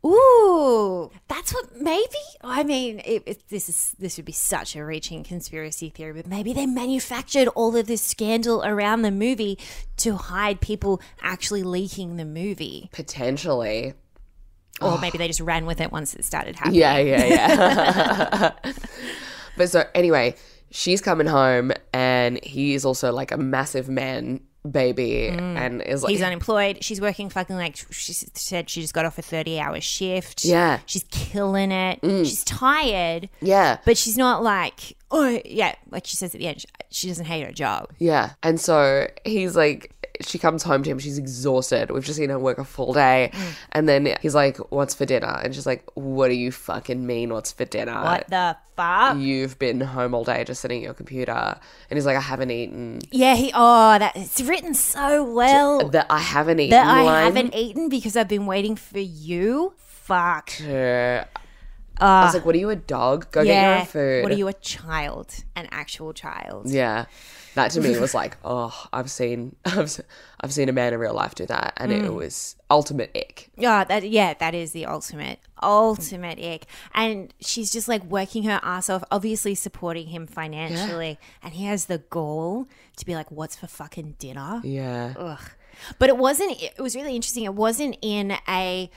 Speaker 1: Ooh, that's what maybe. I mean, it, it, this is this would be such a reaching conspiracy theory, but maybe they manufactured all of this scandal around the movie to hide people actually leaking the movie,
Speaker 4: Potentially.
Speaker 1: or maybe they just ran with it once it started happening.
Speaker 4: Oh. Yeah, yeah, yeah. but so anyway, she's coming home and he is also like a massive man baby and is like
Speaker 1: Mm. He's unemployed. She's working fucking like she said. She just got off a thirty-hour shift.
Speaker 4: Yeah. Mm.
Speaker 1: she's killing it. She's tired,
Speaker 4: Yeah.
Speaker 1: but she's not like oh yeah, like she says at the end. She, she doesn't hate her job.
Speaker 4: Yeah. And so he's like, she comes home to him. She's exhausted. We've just seen her work a full day.
Speaker 1: Mm.
Speaker 4: And then he's like, What's for dinner? And she's like, What do you fucking mean, what's for dinner?
Speaker 1: What the fuck?
Speaker 4: You've been home all day just sitting at your computer. And he's like, I haven't eaten.
Speaker 1: Yeah, he. Oh, that it's written so well
Speaker 4: That I haven't eaten.
Speaker 1: that I
Speaker 4: uh, line.
Speaker 1: haven't eaten because I've been waiting for you. Fuck.
Speaker 4: Uh, I was like, What are you, a dog? Go get your
Speaker 1: Ah. yeah.
Speaker 4: own food.
Speaker 1: What are you, a child? An actual child?
Speaker 4: Yeah. That to me was like, oh, I've seen, I've, se- I've seen a man in real life do that, and
Speaker 1: Mm.
Speaker 4: it was ultimate ick.
Speaker 1: Yeah, Oh, that yeah, that is the ultimate, ultimate ick. And she's just like working her ass off, obviously supporting him financially, and he has the gall to be like, "What's for fucking dinner?"
Speaker 4: Yeah,
Speaker 1: But it wasn't. It was really interesting. It wasn't in a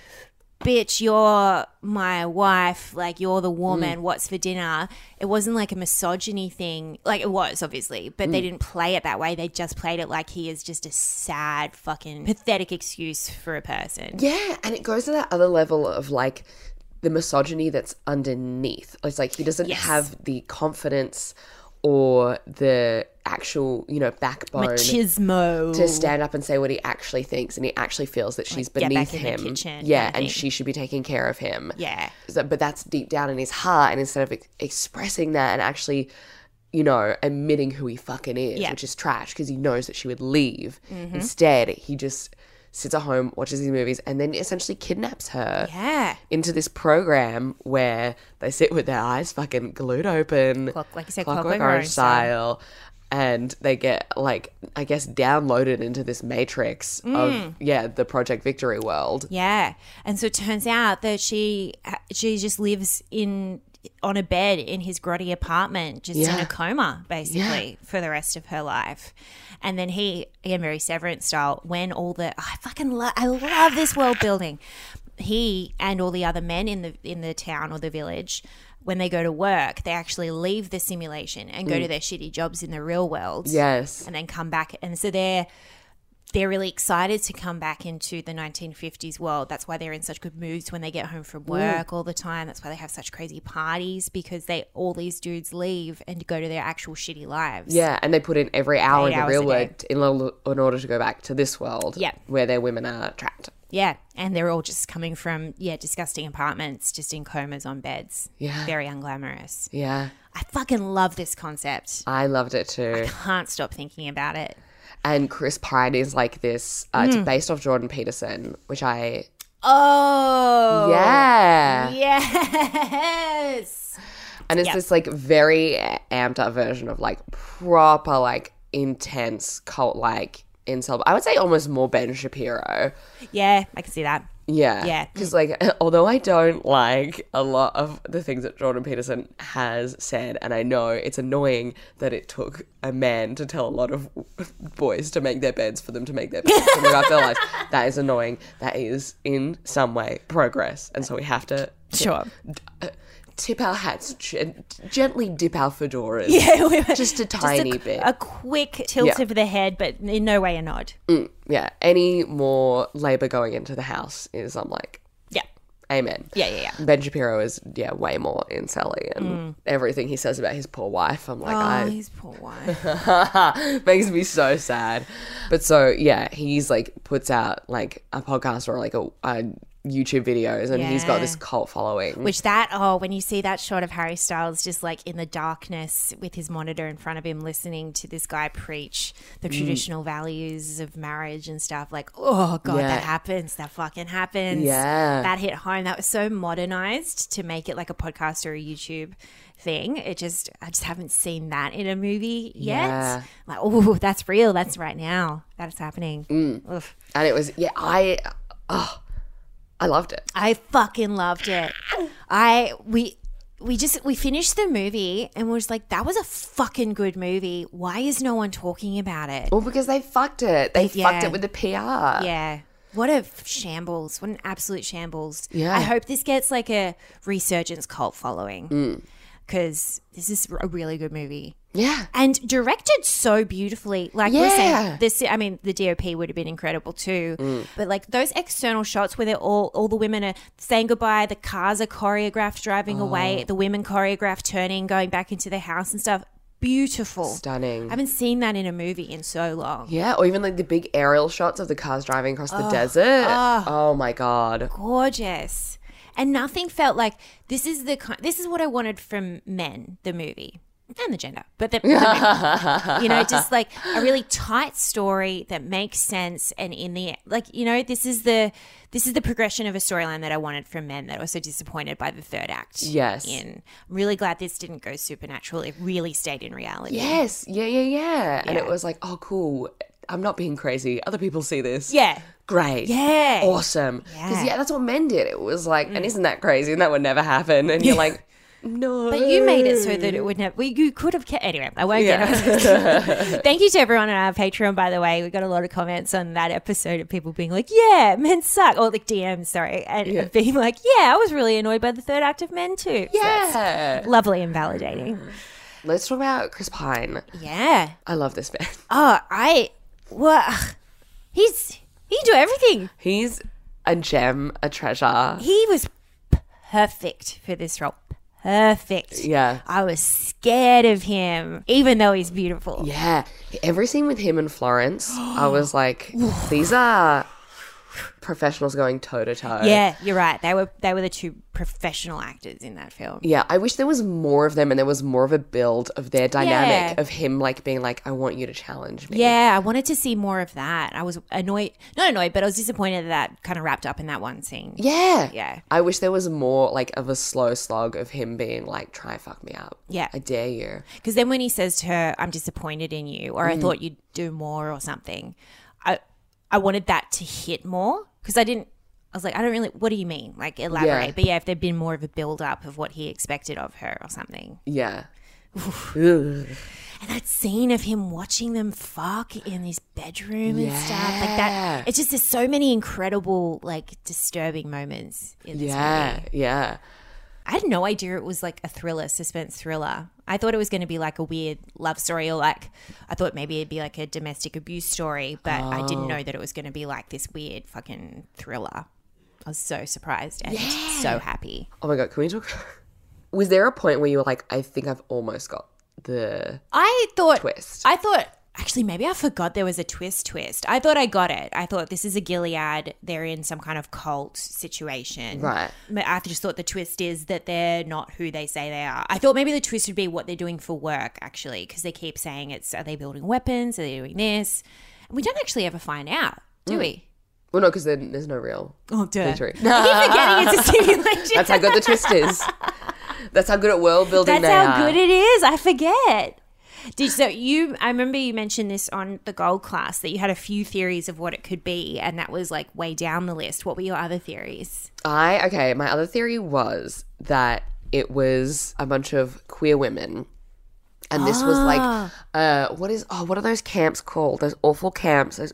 Speaker 1: bitch. You're my wife. Like you're the woman. What's for dinner? It wasn't like a misogyny thing. Like it was obviously, but they didn't play it that way. They just played it like he is just a sad, fucking, pathetic excuse for a person.
Speaker 4: Yeah, and it goes to that other level of like the misogyny that's underneath. It's like he doesn't have the confidence or the actual, you know, backbone
Speaker 1: Machismo.
Speaker 4: to stand up and say what he actually thinks and he actually feels that she's
Speaker 1: get
Speaker 4: beneath
Speaker 1: back in the
Speaker 4: him.
Speaker 1: kitchen
Speaker 4: yeah,
Speaker 1: kinda
Speaker 4: and
Speaker 1: thing.
Speaker 4: she should be taking care of him.
Speaker 1: Yeah.
Speaker 4: So- but that's deep down in his heart and instead of ex- expressing that and actually you know, admitting who he fucking is,
Speaker 1: Yeah. Mm-hmm.
Speaker 4: which is trash because he knows that she would leave. Instead, he just sits at home, watches these movies, and then essentially kidnaps her
Speaker 1: Yeah.
Speaker 4: into this program where they sit with their eyes fucking glued open,
Speaker 1: Clock- like you said,
Speaker 4: Clockwork
Speaker 1: Clockwork
Speaker 4: Orange
Speaker 1: Orange style.
Speaker 4: style, and they get like I guess downloaded into this matrix
Speaker 1: Mm.
Speaker 4: of yeah the Project Victory world.
Speaker 1: Yeah, and so it turns out that she she just uh, lives in on a bed in his grotty apartment, just in
Speaker 4: Yeah.
Speaker 1: a coma, basically, for the rest of her life. And then he, again, very Severance style, when all the I fucking love, I love this world building. He and all the other men in the in the town or the village, when they go to work, they actually leave the simulation and go to their shitty jobs in the real world
Speaker 4: Yes.
Speaker 1: and then come back. And so they're they're really excited to come back into the 1950s world. That's why they're in such good moods when they get home
Speaker 4: Mm.
Speaker 1: from work all the time. That's why they have such crazy parties because they all these dudes leave and go to their actual shitty lives.
Speaker 4: Yeah, and they put in every hour
Speaker 1: Eight
Speaker 4: in the
Speaker 1: hours
Speaker 4: real
Speaker 1: a
Speaker 4: world in, lo- in order to go back to this world
Speaker 1: Yeah.
Speaker 4: where their women are trapped.
Speaker 1: Yeah, and they're all just coming from yeah disgusting apartments, just in comas on beds.
Speaker 4: Yeah.
Speaker 1: very unglamorous.
Speaker 4: Yeah.
Speaker 1: I fucking love this concept.
Speaker 4: I loved it too.
Speaker 1: Can't stop thinking about it.
Speaker 4: And Chris Pine is like this. Uh,
Speaker 1: Mm.
Speaker 4: It's based off Jordan Peterson, which I.
Speaker 1: Oh,
Speaker 4: Yeah.
Speaker 1: yes.
Speaker 4: And it's this like very amped up version of like proper, like intense cult like incel. I would say almost more Ben Shapiro.
Speaker 1: Yeah, I can see that.
Speaker 4: Yeah.
Speaker 1: Yeah.
Speaker 4: Because, like, although I don't like a lot of the things that Jordan Peterson has said, and I know it's annoying that it took a man to tell a lot of boys to make their beds for them to make their beds to live out their lives, that is annoying. That is, in some way, progress. And so we have to
Speaker 1: Sure.
Speaker 4: tip our hats, gen- gently dip our fedoras.
Speaker 1: Yeah, we were-
Speaker 4: Just a tiny
Speaker 1: qu-
Speaker 4: bit.
Speaker 1: A quick tilt
Speaker 4: Yeah. Mm.
Speaker 1: of the head, but in no way a nod.
Speaker 4: Yeah. Any more labor going into the house is, I'm like,
Speaker 1: Yeah.
Speaker 4: Amen.
Speaker 1: Yeah, yeah,
Speaker 4: Ben Shapiro is yeah way more in Sally and everything he says about his poor wife. I'm like, I,
Speaker 1: His Oh, poor wife. Oh.
Speaker 4: makes me so sad. But so yeah, he's like puts out like a podcast or like a, a YouTube videos, and he's got this
Speaker 1: Yeah.
Speaker 4: cult following.
Speaker 1: Which that, oh, when you see that shot of Harry Styles just like in the darkness with his monitor in front of him listening to this guy preach the
Speaker 4: Mm.
Speaker 1: traditional values of marriage and stuff, like, oh, God,
Speaker 4: Yeah.
Speaker 1: that happens. That fucking happens.
Speaker 4: Yeah.
Speaker 1: That hit home. That was so modernized to make it like a podcast or a YouTube thing. It just, I just haven't seen that in a movie yet.
Speaker 4: Yeah.
Speaker 1: Like, oh, that's real. That's right now. That's happening. Oof.
Speaker 4: and it was yeah, I oh, I loved it.
Speaker 1: I fucking loved it. I we we just we finished the movie and was like, that was a fucking good movie. Why is no one talking about it?
Speaker 4: Well, because they fucked it. They fucked
Speaker 1: Yeah.
Speaker 4: it with the PR.
Speaker 1: Yeah. What a f- shambles. What an absolute shambles.
Speaker 4: Yeah.
Speaker 1: I hope this gets like a resurgence cult following. Because this is a really good movie.
Speaker 4: Yeah.
Speaker 1: And directed so beautifully. Like we're
Speaker 4: Yeah. Mm.
Speaker 1: saying, this I mean, the DOP would have been incredible too. But like those external shots where they're all all the women are saying goodbye, the cars are choreographed driving
Speaker 4: Oh.
Speaker 1: away, the women choreographed turning, going back into the house and stuff. Beautiful.
Speaker 4: Stunning.
Speaker 1: I haven't seen that in a movie in so long.
Speaker 4: Yeah, or even like the big aerial shots of the cars driving across the desert. oh my god.
Speaker 1: gorgeous. And nothing felt like this is the kind, this is what I wanted from men, the movie and the gender, but the, the men. you know, just like a really tight story that makes sense. And in the, like, you know, this is the, this is the progression of a storyline that I wanted from men that I was so disappointed by the third act.
Speaker 4: Yes.
Speaker 1: In. I'm really glad this didn't go supernatural. It really stayed in reality.
Speaker 4: Yes, yeah, yeah, yeah. And it
Speaker 1: Yeah.
Speaker 4: was like, oh, cool. I'm not being crazy. Other people see this.
Speaker 1: Yeah.
Speaker 4: Great.
Speaker 1: Yeah.
Speaker 4: Awesome. Because, yeah.
Speaker 1: Yeah. Mm.
Speaker 4: that's what men did. It was like, and isn't that crazy? And that would never happen. And you're like, no.
Speaker 1: But you made it so that it would never. Well, you could have kept. Anyway, I won't
Speaker 4: Yeah.
Speaker 1: get it. Thank you to everyone on our Patreon, by the way. We got a lot of comments on that episode of people being like, yeah, men suck. Or like DMs, sorry. And being like, yeah, I was really annoyed by the third act of men too. So that's
Speaker 4: Yeah.
Speaker 1: lovely and validating.
Speaker 4: Let's talk about Chris Pine.
Speaker 1: Mm. Yeah.
Speaker 4: I love this man.
Speaker 1: Oh, I. Well, he's. He can do everything.
Speaker 4: He's a gem, a treasure.
Speaker 1: He was perfect for this role. Perfect.
Speaker 4: Yeah.
Speaker 1: I was scared of him, even though he's beautiful.
Speaker 4: Yeah. Every scene with him and Florence, I was like, these are professionals going toe to toe.
Speaker 1: Yeah, you're right. They were they were the two professional actors in that film.
Speaker 4: Yeah, I wish there was more of them and there was more of a build of their dynamic
Speaker 1: Yeah.
Speaker 4: of him like being like, I want you to challenge me.
Speaker 1: Yeah, I wanted to see more of that. I was annoyed, not annoyed, but I was disappointed that that kind of wrapped up in that one scene.
Speaker 4: Yeah.
Speaker 1: Yeah.
Speaker 4: I wish there was more like of a slow slog of him being like, try and fuck me up.
Speaker 1: Yeah.
Speaker 4: I dare you.
Speaker 1: Because then when he says to her, "I'm disappointed in you,"
Speaker 4: Mm.
Speaker 1: or "I thought you'd do more," or something, I I wanted that to hit more because I didn't. I was like, I don't really. What do you mean? Like elaborate.
Speaker 4: Yeah.
Speaker 1: But yeah, if there'd been more of a build up of what he expected of her or something.
Speaker 4: Yeah.
Speaker 1: And that scene of him watching them fuck in his bedroom and stuff like that. It's just there's so many incredible, like disturbing moments in this
Speaker 4: Yeah.
Speaker 1: movie.
Speaker 4: Yeah.
Speaker 1: I had no idea it was like a thriller, suspense thriller. I thought it was going to be like a weird love story, or like I thought maybe it'd be like a domestic abuse story, but I didn't know that it was going to be like this weird fucking thriller. I was so surprised and so happy.
Speaker 4: Oh my god, can we talk? Was there a point where you were like, I think I've almost got the
Speaker 1: I thought
Speaker 4: Twist.
Speaker 1: I thought actually maybe I forgot there was a twist twist. I thought I got it. I thought this is a Gilead. They're in some kind of cult situation.
Speaker 4: Right.
Speaker 1: But I just thought the twist is that they're not who they say they are. I thought maybe the twist would be what they're doing for work actually because they keep saying it's are they building weapons? Are they doing this? And we don't actually ever find out,
Speaker 4: Hmm.
Speaker 1: do we?
Speaker 4: well, no, because then there's no real.
Speaker 1: Oh, duh. I keep
Speaker 4: Victory.
Speaker 1: forgetting it's a simulation.
Speaker 4: That's how good the twist is. That's how good at world building.
Speaker 1: That's
Speaker 4: they
Speaker 1: how
Speaker 4: are.
Speaker 1: good it is. I forget. Did so you? I remember you mentioned this on the gold class that you had a few theories of what it could be, and that was like way down the list. What were your other theories?
Speaker 4: I okay. My other theory was that it was a bunch of queer women, and this was like, uh, what is oh, what are those camps called? Those awful camps, those,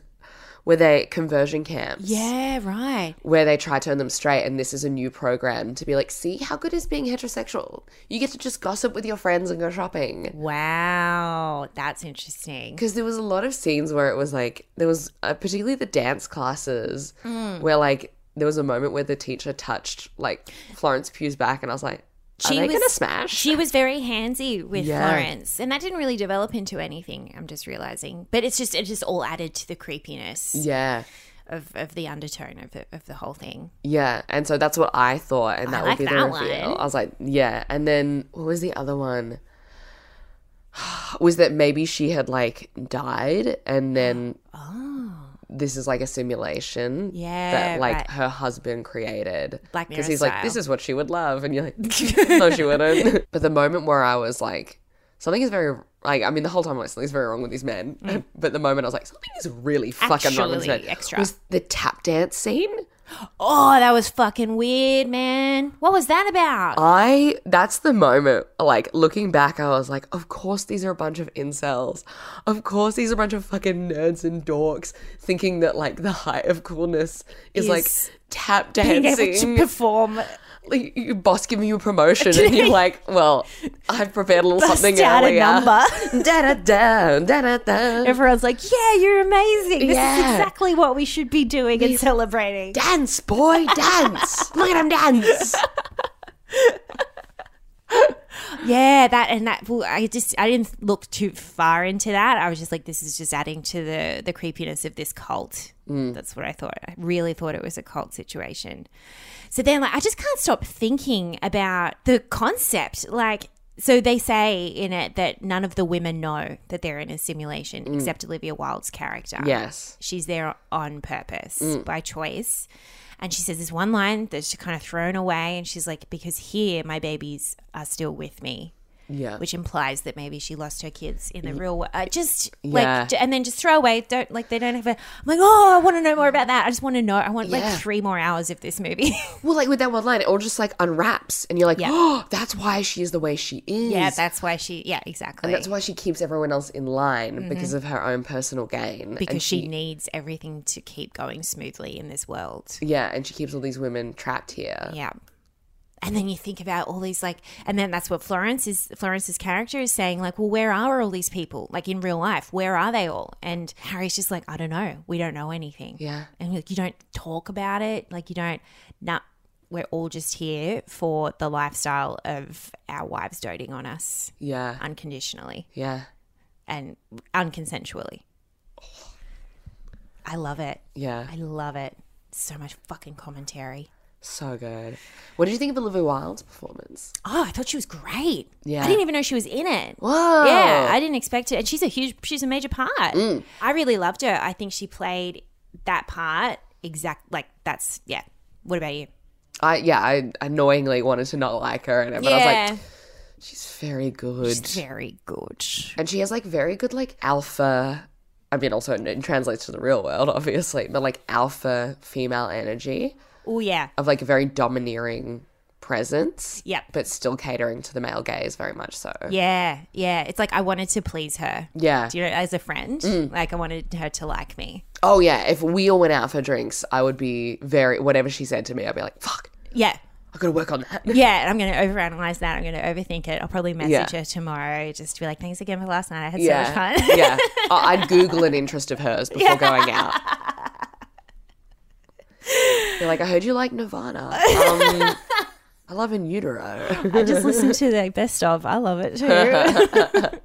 Speaker 4: where they conversion camps,
Speaker 1: Yeah, right.
Speaker 4: where they try to turn them straight, and this is a new program to be like, see how good is being heterosexual? You get to just gossip with your friends and go shopping.
Speaker 1: Wow, that's interesting.
Speaker 4: because there was a lot of scenes where it was like there was uh, particularly the dance classes
Speaker 1: Hmm.
Speaker 4: where like there was a moment where the teacher touched like Florence Pugh's back, and I was like, "Are they gonna smash?"
Speaker 1: She was very handsy with
Speaker 4: Yeah.
Speaker 1: Florence, and that didn't really develop into anything. I'm just realizing, but it's just it just all added to the creepiness
Speaker 4: yeah,
Speaker 1: of, of the undertone of the, of the whole thing.
Speaker 4: yeah, and so that's what I thought, and that
Speaker 1: like
Speaker 4: would be the
Speaker 1: that
Speaker 4: reveal.
Speaker 1: one.
Speaker 4: I was like, "Yeah," and then what was the other one? was that maybe she had like died, and then this is like a simulation,
Speaker 1: Oh. Yeah,
Speaker 4: that like
Speaker 1: right.
Speaker 4: her husband created.
Speaker 1: Black Mirror
Speaker 4: he's like,
Speaker 1: style.
Speaker 4: this is what she would love, and you're like, no, she wouldn't. but the moment where I was like, something is very like, I mean, the whole time I was something's very wrong with these men. but the moment I was like, something is really fucking wrong with these
Speaker 1: Mm.
Speaker 4: men.
Speaker 1: Actually extra.
Speaker 4: Was the tap dance scene?
Speaker 1: Oh, that was fucking weird, man. What was that about?
Speaker 4: I that's the moment. Like looking back, I was like, of course these are a bunch of incels. Of course these are a bunch of fucking nerds and dorks thinking that like the height of coolness is, like
Speaker 1: Is
Speaker 4: tap
Speaker 1: Being able
Speaker 4: dancing.
Speaker 1: to perform
Speaker 4: like your boss giving you a promotion and you're like, well, I've prepared a little something
Speaker 1: out a
Speaker 4: earlier.
Speaker 1: number.
Speaker 4: da da da da da da.
Speaker 1: Everyone's like, "Yeah, you're amazing. This is
Speaker 4: Yeah.
Speaker 1: exactly what we should be doing and celebrating."
Speaker 4: Dance, boy, dance. Look at him dance.
Speaker 1: Yeah, that and that. Well, I just I didn't look too far into that. I was just like, "This is just adding to the the creepiness of this cult."
Speaker 4: Mm.
Speaker 1: That's what I thought. I really thought it was a cult situation. So then, like, I just can't stop thinking about the concept. Like, so they say in it that none of the women know that they're in a simulation
Speaker 4: Mm.
Speaker 1: except Olivia Wilde's character.
Speaker 4: Yes.
Speaker 1: She's there on purpose
Speaker 4: Mm.
Speaker 1: by choice. And she says this one line that's kind of thrown away. And she's like, because here my babies are still with me.
Speaker 4: Yeah.
Speaker 1: Which implies that maybe she lost her kids in the real world. Uh, just
Speaker 4: Yeah.
Speaker 1: like, j- and then just throw away. Don't like, they don't have a. I'm like, oh, I want to know more about that. I just want to know. I want
Speaker 4: Yeah.
Speaker 1: like three more hours of this movie.
Speaker 4: Well, like with that one line, it all just like unwraps, and you're like,
Speaker 1: Yeah.
Speaker 4: oh, that's why she is the way she is.
Speaker 1: yeah, that's why she. Yeah, exactly.
Speaker 4: And that's why she keeps everyone else in line because of her own personal gain. And
Speaker 1: Mm-hmm. because she, needs everything to keep going smoothly in this world.
Speaker 4: yeah, and she keeps all these women trapped here.
Speaker 1: Yeah. And then you think about all these like and then that's what Florence is Florence's character is saying, like, well, where are all these people? Like in real life, where are they all? And Harry's just like, I don't know. We don't know anything.
Speaker 4: Yeah.
Speaker 1: And like you don't talk about it. Like you don't nah, we're all just here for the lifestyle of our wives doting on us
Speaker 4: Yeah,
Speaker 1: unconditionally
Speaker 4: yeah,
Speaker 1: and unconsensually. I love it.
Speaker 4: yeah.
Speaker 1: I love it. So much fucking commentary.
Speaker 4: So good. What did you think of Olivia Wilde's performance?
Speaker 1: Oh, I thought she was great.
Speaker 4: Yeah.
Speaker 1: I didn't even know she was in it.
Speaker 4: Whoa.
Speaker 1: Oh, Yeah, I didn't expect it. And she's a huge, she's a major part.
Speaker 4: Mm.
Speaker 1: I really loved her. I think she played that part exact, like that's, yeah. What about you?
Speaker 4: I yeah, I annoyingly wanted to not like her in it, but I was like, she's very good,
Speaker 1: very good.
Speaker 4: and she has like very good like alpha. I mean, also it translates to the real world, obviously, but like alpha female energy.
Speaker 1: Oh yeah.
Speaker 4: of like a very domineering presence.
Speaker 1: Yep.
Speaker 4: But still catering to the male gaze very much so.
Speaker 1: Yeah, yeah. It's like I wanted to please her.
Speaker 4: Yeah. Mm.
Speaker 1: Do you know, as a friend, like I wanted her to like me.
Speaker 4: Oh yeah. If we all went out for drinks, I would be very whatever she said to me, I'd be like, fuck,
Speaker 1: Yeah,
Speaker 4: I gotta work on that.
Speaker 1: yeah. and I'm going to overanalyze that. I'm going to overthink it. I'll probably message
Speaker 4: Yeah.
Speaker 1: her tomorrow just to be like, thanks again for last night. I had so
Speaker 4: Yeah.
Speaker 1: much fun.
Speaker 4: yeah. I- I'd Google an interest of hers before going out. You're like, I heard you like Nirvana. Um, I love in utero.
Speaker 1: I just listened to the best of. I love it too.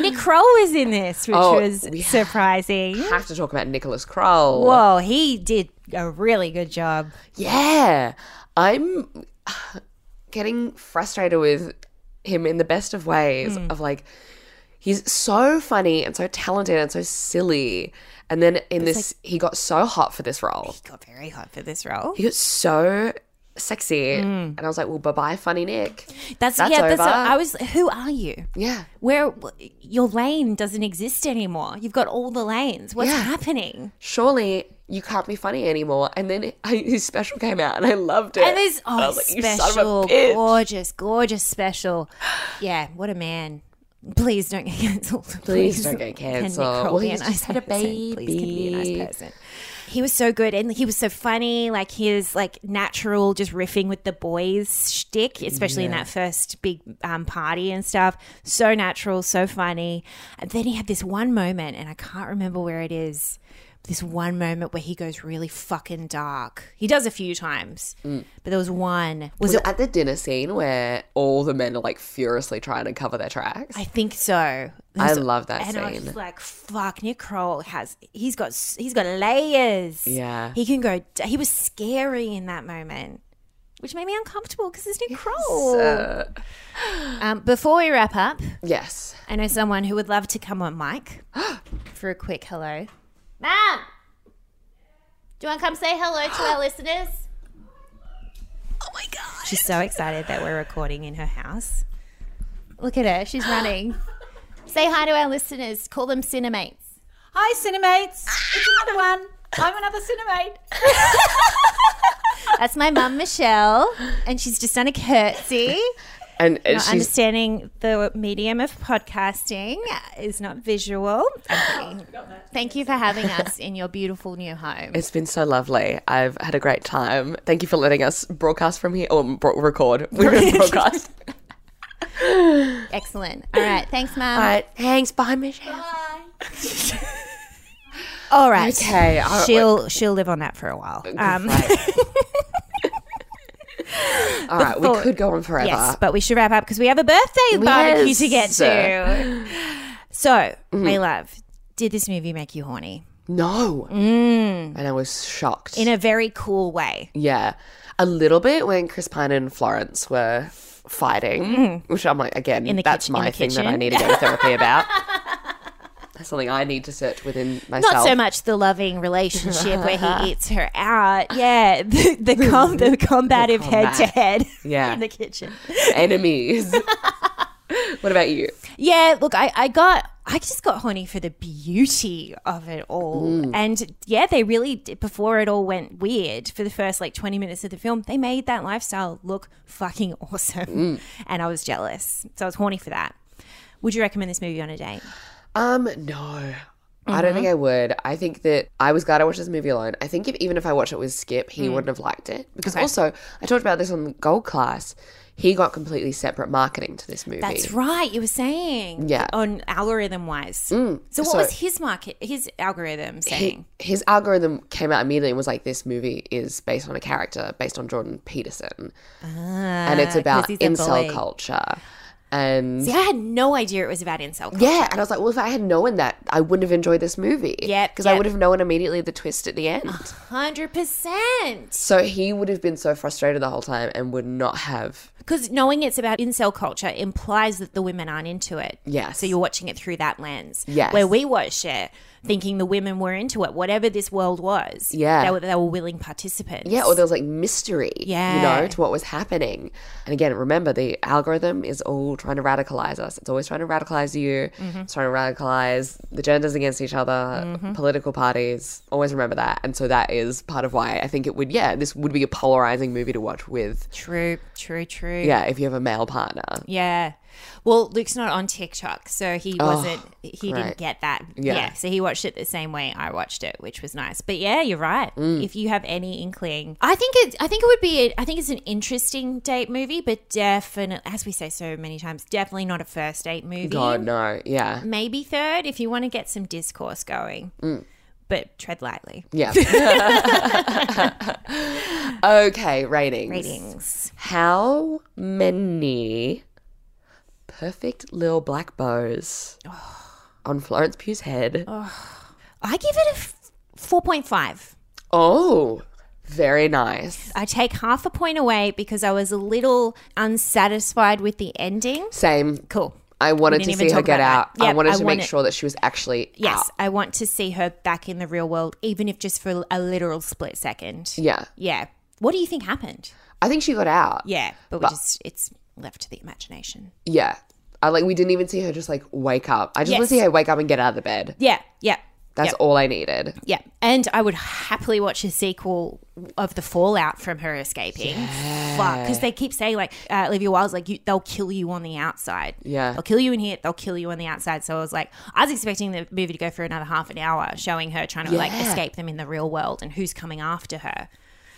Speaker 1: Nick Kroll was in this, which
Speaker 4: Oh,
Speaker 1: was
Speaker 4: we
Speaker 1: surprising.
Speaker 4: Have to talk about Nicholas Kroll.
Speaker 1: Whoa, he did a really good job.
Speaker 4: Yeah. I'm getting frustrated with him in the best of ways
Speaker 1: Hmm.
Speaker 4: of like he's so funny and so talented and so silly. And then in this he got so hot for this role.
Speaker 1: He got very hot for this role.
Speaker 4: He got so sexy.
Speaker 1: Hmm.
Speaker 4: And I was like, well, bye bye, funny Nick.
Speaker 1: That's,
Speaker 4: That's
Speaker 1: yeah. That's
Speaker 4: over.
Speaker 1: I was. Who are you?
Speaker 4: Yeah.
Speaker 1: Where your lane doesn't exist anymore. You've got all the lanes. What's
Speaker 4: Yeah.
Speaker 1: happening?
Speaker 4: Surely you can't be funny anymore. And then I, his special came out and I loved it.
Speaker 1: And there's
Speaker 4: And I
Speaker 1: oh,
Speaker 4: was like, "You son of a
Speaker 1: special,
Speaker 4: bitch."
Speaker 1: gorgeous, gorgeous special. Yeah, what a man. Please don't get cancelled.
Speaker 4: Please don't get
Speaker 1: Can Nick
Speaker 4: cancelled.
Speaker 1: Kroll
Speaker 4: Well,
Speaker 1: be a
Speaker 4: he's
Speaker 1: nice
Speaker 4: just had a
Speaker 1: person? Please can he be a
Speaker 4: baby.
Speaker 1: nice person. He was so good and he was so funny. Like his like natural, just riffing with the boys shtick, especially in that first big um, party and stuff. So natural, so funny. And then he had this one moment, and I can't remember where it is. This one moment where he goes really fucking dark. He does a few times, but there was one. Was,
Speaker 4: Was
Speaker 1: it?
Speaker 4: it at the dinner scene where all the men are like furiously trying to cover their tracks?
Speaker 1: I think so.
Speaker 4: I love that
Speaker 1: and I was
Speaker 4: scene.
Speaker 1: like, "Fuck, Nick Kroll has he's got s- he's got layers.
Speaker 4: Yeah.
Speaker 1: he can go. d- He was scary in that moment, which made me uncomfortable because it's Nick Kroll.
Speaker 4: Uh,
Speaker 1: Um, before we wrap up,
Speaker 4: yes.
Speaker 1: I know someone who would love to come on mic for a quick hello. Mom, do you want to come say hello to our listeners? Oh my god! She's so excited that we're recording in her house. Look at her; she's running. say hi to our listeners. Call them cinemates.
Speaker 12: Hi, Cinemates. It's
Speaker 1: Ah!
Speaker 12: another one. I'm another Cinemate.
Speaker 1: That's my mum, Michelle, and she's just done a curtsy.
Speaker 4: And and
Speaker 1: Not
Speaker 4: she's
Speaker 1: understanding the medium of podcasting is not visual. I'm kidding. Thank you for having us in your beautiful new home.
Speaker 4: it's been so lovely. I've had a great time. Thank you for letting us broadcast from here or bro- record. We're gonna broadcast.
Speaker 1: Excellent. All right. Thanks, Mum.
Speaker 4: All right. Thanks. Bye, Michelle.
Speaker 1: All right.
Speaker 4: Okay. all right, Uh,
Speaker 1: She'll she'll live on that for a while. Um,
Speaker 4: all right. We could go on forever.
Speaker 1: yes, but we should wrap up because we have a birthday barbecue to get to. So,
Speaker 4: Mm-hmm.
Speaker 1: my love, did this movie make you horny
Speaker 4: No.
Speaker 1: Mm.
Speaker 4: And I was shocked.
Speaker 1: in a very cool way?
Speaker 4: Yeah. A little bit when Chris Pine and Florence were fighting, which I'm like, again,
Speaker 1: the
Speaker 4: that's
Speaker 1: kitchen- Mm-hmm. in
Speaker 4: my
Speaker 1: the
Speaker 4: thing that I
Speaker 1: kitchen.
Speaker 4: need to go to therapy about. That's something I need to search within myself.
Speaker 1: Not so much the loving relationship where he eats her out. Yeah, the the, com- the combative head to head
Speaker 4: Yeah.
Speaker 1: in the kitchen.
Speaker 4: Enemies. what about you?
Speaker 1: Yeah, look, I, I got, I just got horny for the beauty of it all. And yeah, they really, did- before it all went weird for the first like 20 minutes of the film, they made that lifestyle look fucking awesome. And I was jealous. So I was horny for that. Would you recommend this movie on a date?
Speaker 4: Um, no. I don't
Speaker 1: Mm-hmm.
Speaker 4: think I would. I think that I was glad I watched this movie alone. I think if, even if I watched it with Skip,
Speaker 1: Mm.
Speaker 4: he wouldn't have liked it. Because also, I talked about this on Gold Class. He got completely separate marketing to this movie.
Speaker 1: That's right. You were saying.
Speaker 4: Yeah. Mm.
Speaker 1: On algorithm wise. so what
Speaker 4: so-
Speaker 1: was his market, his algorithm saying?
Speaker 4: his algorithm came out immediately and was like, "This movie is based on a character based on Jordan Peterson, and it's
Speaker 1: Ah, 'cause
Speaker 4: about
Speaker 1: he's a bully.
Speaker 4: incel culture." And
Speaker 1: See, I had no idea it was about incel culture.
Speaker 4: yeah, and I was like, "Well, if I had known that, I wouldn't have enjoyed this movie."
Speaker 1: Yep,
Speaker 4: because
Speaker 1: yep.
Speaker 4: I would have known immediately the twist at the end.
Speaker 1: 100%.
Speaker 4: So he would have been so frustrated the whole time and would not have.
Speaker 1: Because knowing it's about incel culture implies that the women aren't into it.
Speaker 4: Yes.
Speaker 1: So you're watching it through that lens.
Speaker 4: Yes.
Speaker 1: Where we watch it thinking the women were into it, whatever this world was.
Speaker 4: Yeah.
Speaker 1: They were, they were willing participants.
Speaker 4: Yeah, or there was like mystery, you
Speaker 1: Yeah.
Speaker 4: know, to what was happening. And again, remember the algorithm is all trying to radicalize us. It's always trying to radicalize you. It's trying to radicalize the genders against each other, political parties. Always remember that. And so that is part of why I think it would. Yeah, this would be a polarizing movie to watch with.
Speaker 1: True, true, true.
Speaker 4: Yeah, if you have a male partner.
Speaker 1: Yeah. Well, Luke's not on TikTok, so he
Speaker 4: Oh,
Speaker 1: wasn't. He didn't
Speaker 4: right.
Speaker 1: get that. Yeah.
Speaker 4: Yeah.
Speaker 1: So he watched it the same way I watched it, which was nice. But yeah, you're right.
Speaker 4: Mm.
Speaker 1: If you have any inkling, I think it. I think it would be. A, I think it's an interesting date movie, but definitely, as we say so many times, definitely not a first date movie.
Speaker 4: God no. Yeah.
Speaker 1: Maybe third if you want to get some discourse going.
Speaker 4: Mm.
Speaker 1: But tread lightly.
Speaker 4: Yeah. okay, ratings.
Speaker 1: Ratings.
Speaker 4: How many perfect little black bows on Florence Pugh's head? Oh,
Speaker 1: I give it a f- 4.5.
Speaker 4: Oh, very nice.
Speaker 1: I take half a point away because I was a little unsatisfied with the ending.
Speaker 4: Same.
Speaker 1: Cool.
Speaker 4: I wanted
Speaker 1: didn't
Speaker 4: to
Speaker 1: even
Speaker 4: see her
Speaker 1: talk
Speaker 4: get out.
Speaker 1: about that.
Speaker 4: I
Speaker 1: Yep,
Speaker 4: wanted
Speaker 1: I
Speaker 4: to make
Speaker 1: wanted-
Speaker 4: sure that she was actually
Speaker 1: Yes,
Speaker 4: out.
Speaker 1: I want to see her back in the real world, even if just for a literal split second.
Speaker 4: Yeah.
Speaker 1: Yeah. What do you think happened?
Speaker 4: I think she got out.
Speaker 1: Yeah, but, we
Speaker 4: But-
Speaker 1: just, it's left to the imagination.
Speaker 4: Yeah. I like we didn't even see her just like wake up. I just want
Speaker 1: Yes.
Speaker 4: to see her wake up and get out of the bed.
Speaker 1: Yeah, yeah.
Speaker 4: That's
Speaker 1: yeah,
Speaker 4: all I needed.
Speaker 1: Yeah. And I would happily watch a sequel of the fallout from her escaping. Fuck. Because they keep saying, like, uh, Olivia Wilde's like, you, they'll kill you on the outside.
Speaker 4: Yeah.
Speaker 1: They'll kill you in here, they'll kill you on the outside. So I was like, I was expecting the movie to go for another half an hour, showing her trying to, like,
Speaker 4: Yeah.
Speaker 1: escape them in the real world and who's coming after her.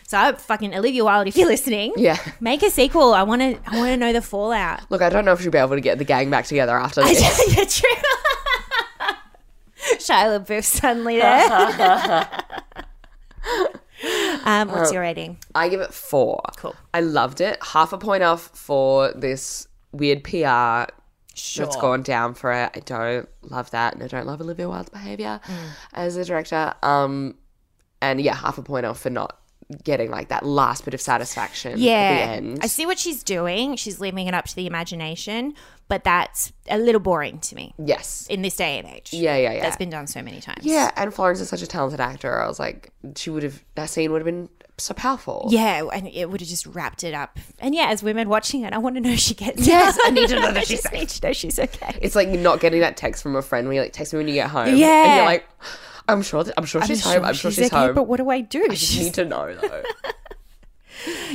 Speaker 1: So I fucking Olivia Wilde, if you're listening,
Speaker 4: Yeah.
Speaker 1: make a sequel. I want to. I want to know the fallout.
Speaker 4: Look, I don't know if she'll be able to get the gang back together after this.
Speaker 1: yeah, true. Shia LaBeouf suddenly there. um, what's
Speaker 4: Oh,
Speaker 1: your rating?
Speaker 4: I give it four.
Speaker 1: Cool.
Speaker 4: I loved it. Half a point off for this weird PR that's gone down for it. I don't love that, and I don't love Olivia Wilde's behavior
Speaker 1: Mm.
Speaker 4: as a director. Um, and yeah, half a point off for not getting like that last bit of satisfaction at the
Speaker 1: Yeah,
Speaker 4: end.
Speaker 1: I see what she's doing. She's leaving it up to the imagination, but that's a little boring to me
Speaker 4: yes.
Speaker 1: in this day and age.
Speaker 4: Yeah, yeah, yeah.
Speaker 1: that's been done so many times.
Speaker 4: yeah, and Florence is such a talented actor. I was like, she would have that scene would have been so powerful.
Speaker 1: Yeah, and it would have just wrapped it up. And yeah, as women watching it, I want to know if she gets.
Speaker 4: Yes,
Speaker 1: out.
Speaker 4: I need to know that
Speaker 1: I
Speaker 4: she's
Speaker 1: just need to know she's okay.
Speaker 4: It's like not getting that text from a friend where you like text me when you get home. and
Speaker 1: Yeah.
Speaker 4: you're like, I'm sure, that I'm sure she's home. I'm sure she's,
Speaker 1: okay,
Speaker 4: home.
Speaker 1: but what do I do?
Speaker 4: I just need to know though.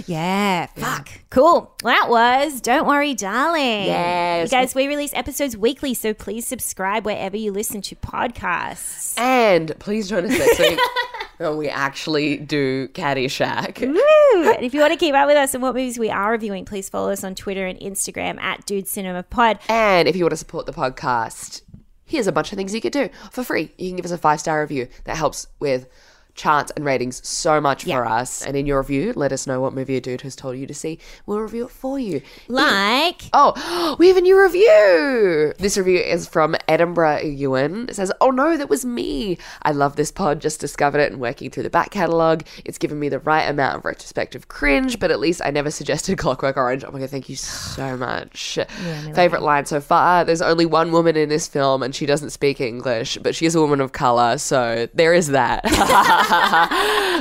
Speaker 1: Yeah, fuck. Cool. Well, that was Don't Worry, Darling.
Speaker 4: Yes.
Speaker 1: You guys, we release episodes weekly, so please subscribe wherever you listen to podcasts.
Speaker 4: and please join us next week when we actually do Caddyshack.
Speaker 1: and if you want to keep up with us and what movies we are reviewing, please follow us on Twitter and Instagram at Dude Cinema Pod.
Speaker 4: And if you want to support the podcast, here's a bunch of things you could do for free. You can give us a five star review that helps with charts and ratings so much for us. And in your review, let us know what movie a dude has told you to see. We'll review it for you.
Speaker 1: Like,
Speaker 4: Oh, we have a new review. This review is from Edinburgh Ewan. It says, Oh no, that was me. I love this pod, just discovered it and working through the back catalogue. It's given me the right amount of retrospective cringe, but at least I never suggested Clockwork Orange. Oh my god, thank you so much. Favorite line so far there's only one woman in this film and she doesn't speak English, but she is a woman of colour, so there is that.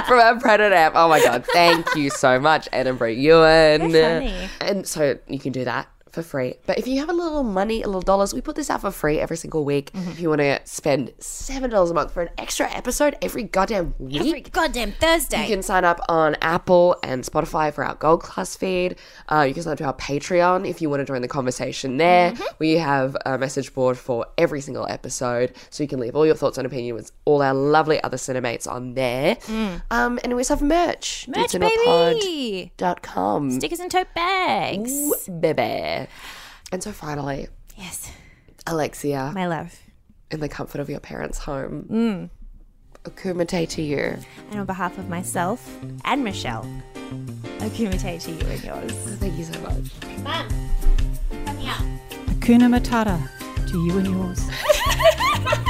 Speaker 4: from our Predator app. Oh my god, thank you so much, Edinburgh Ewan.
Speaker 1: funny.
Speaker 4: And so you can do that for free. But if you have a little money, a little dollars, we put this out for free every single week.
Speaker 1: Mm-hmm.
Speaker 4: If you want to spend seven dollars a month for an extra episode every goddamn week.
Speaker 1: every goddamn
Speaker 4: you
Speaker 1: Thursday.
Speaker 4: can sign up on Apple and Spotify for our Gold Class feed. Uh, you can sign up to our Patreon if you want to join the conversation there.
Speaker 1: Mm-hmm.
Speaker 4: We have a message board for every single episode, so you can leave all your thoughts and opinions with all our lovely other cinemates on there. Um, and we also have merch.
Speaker 1: Mm. Merch,
Speaker 4: DudeCinepod
Speaker 1: baby.
Speaker 4: dot com.
Speaker 1: Stickers and tote bags.
Speaker 4: Ooh, baby. And so finally,
Speaker 1: Yes,
Speaker 4: Alexia,
Speaker 1: my love.
Speaker 4: in the comfort of your parents' home, akumite to you.
Speaker 1: And on behalf of myself and Michelle, akumite to you and yours.
Speaker 4: Thank you so much.
Speaker 12: Hakuna Matata to you and yours.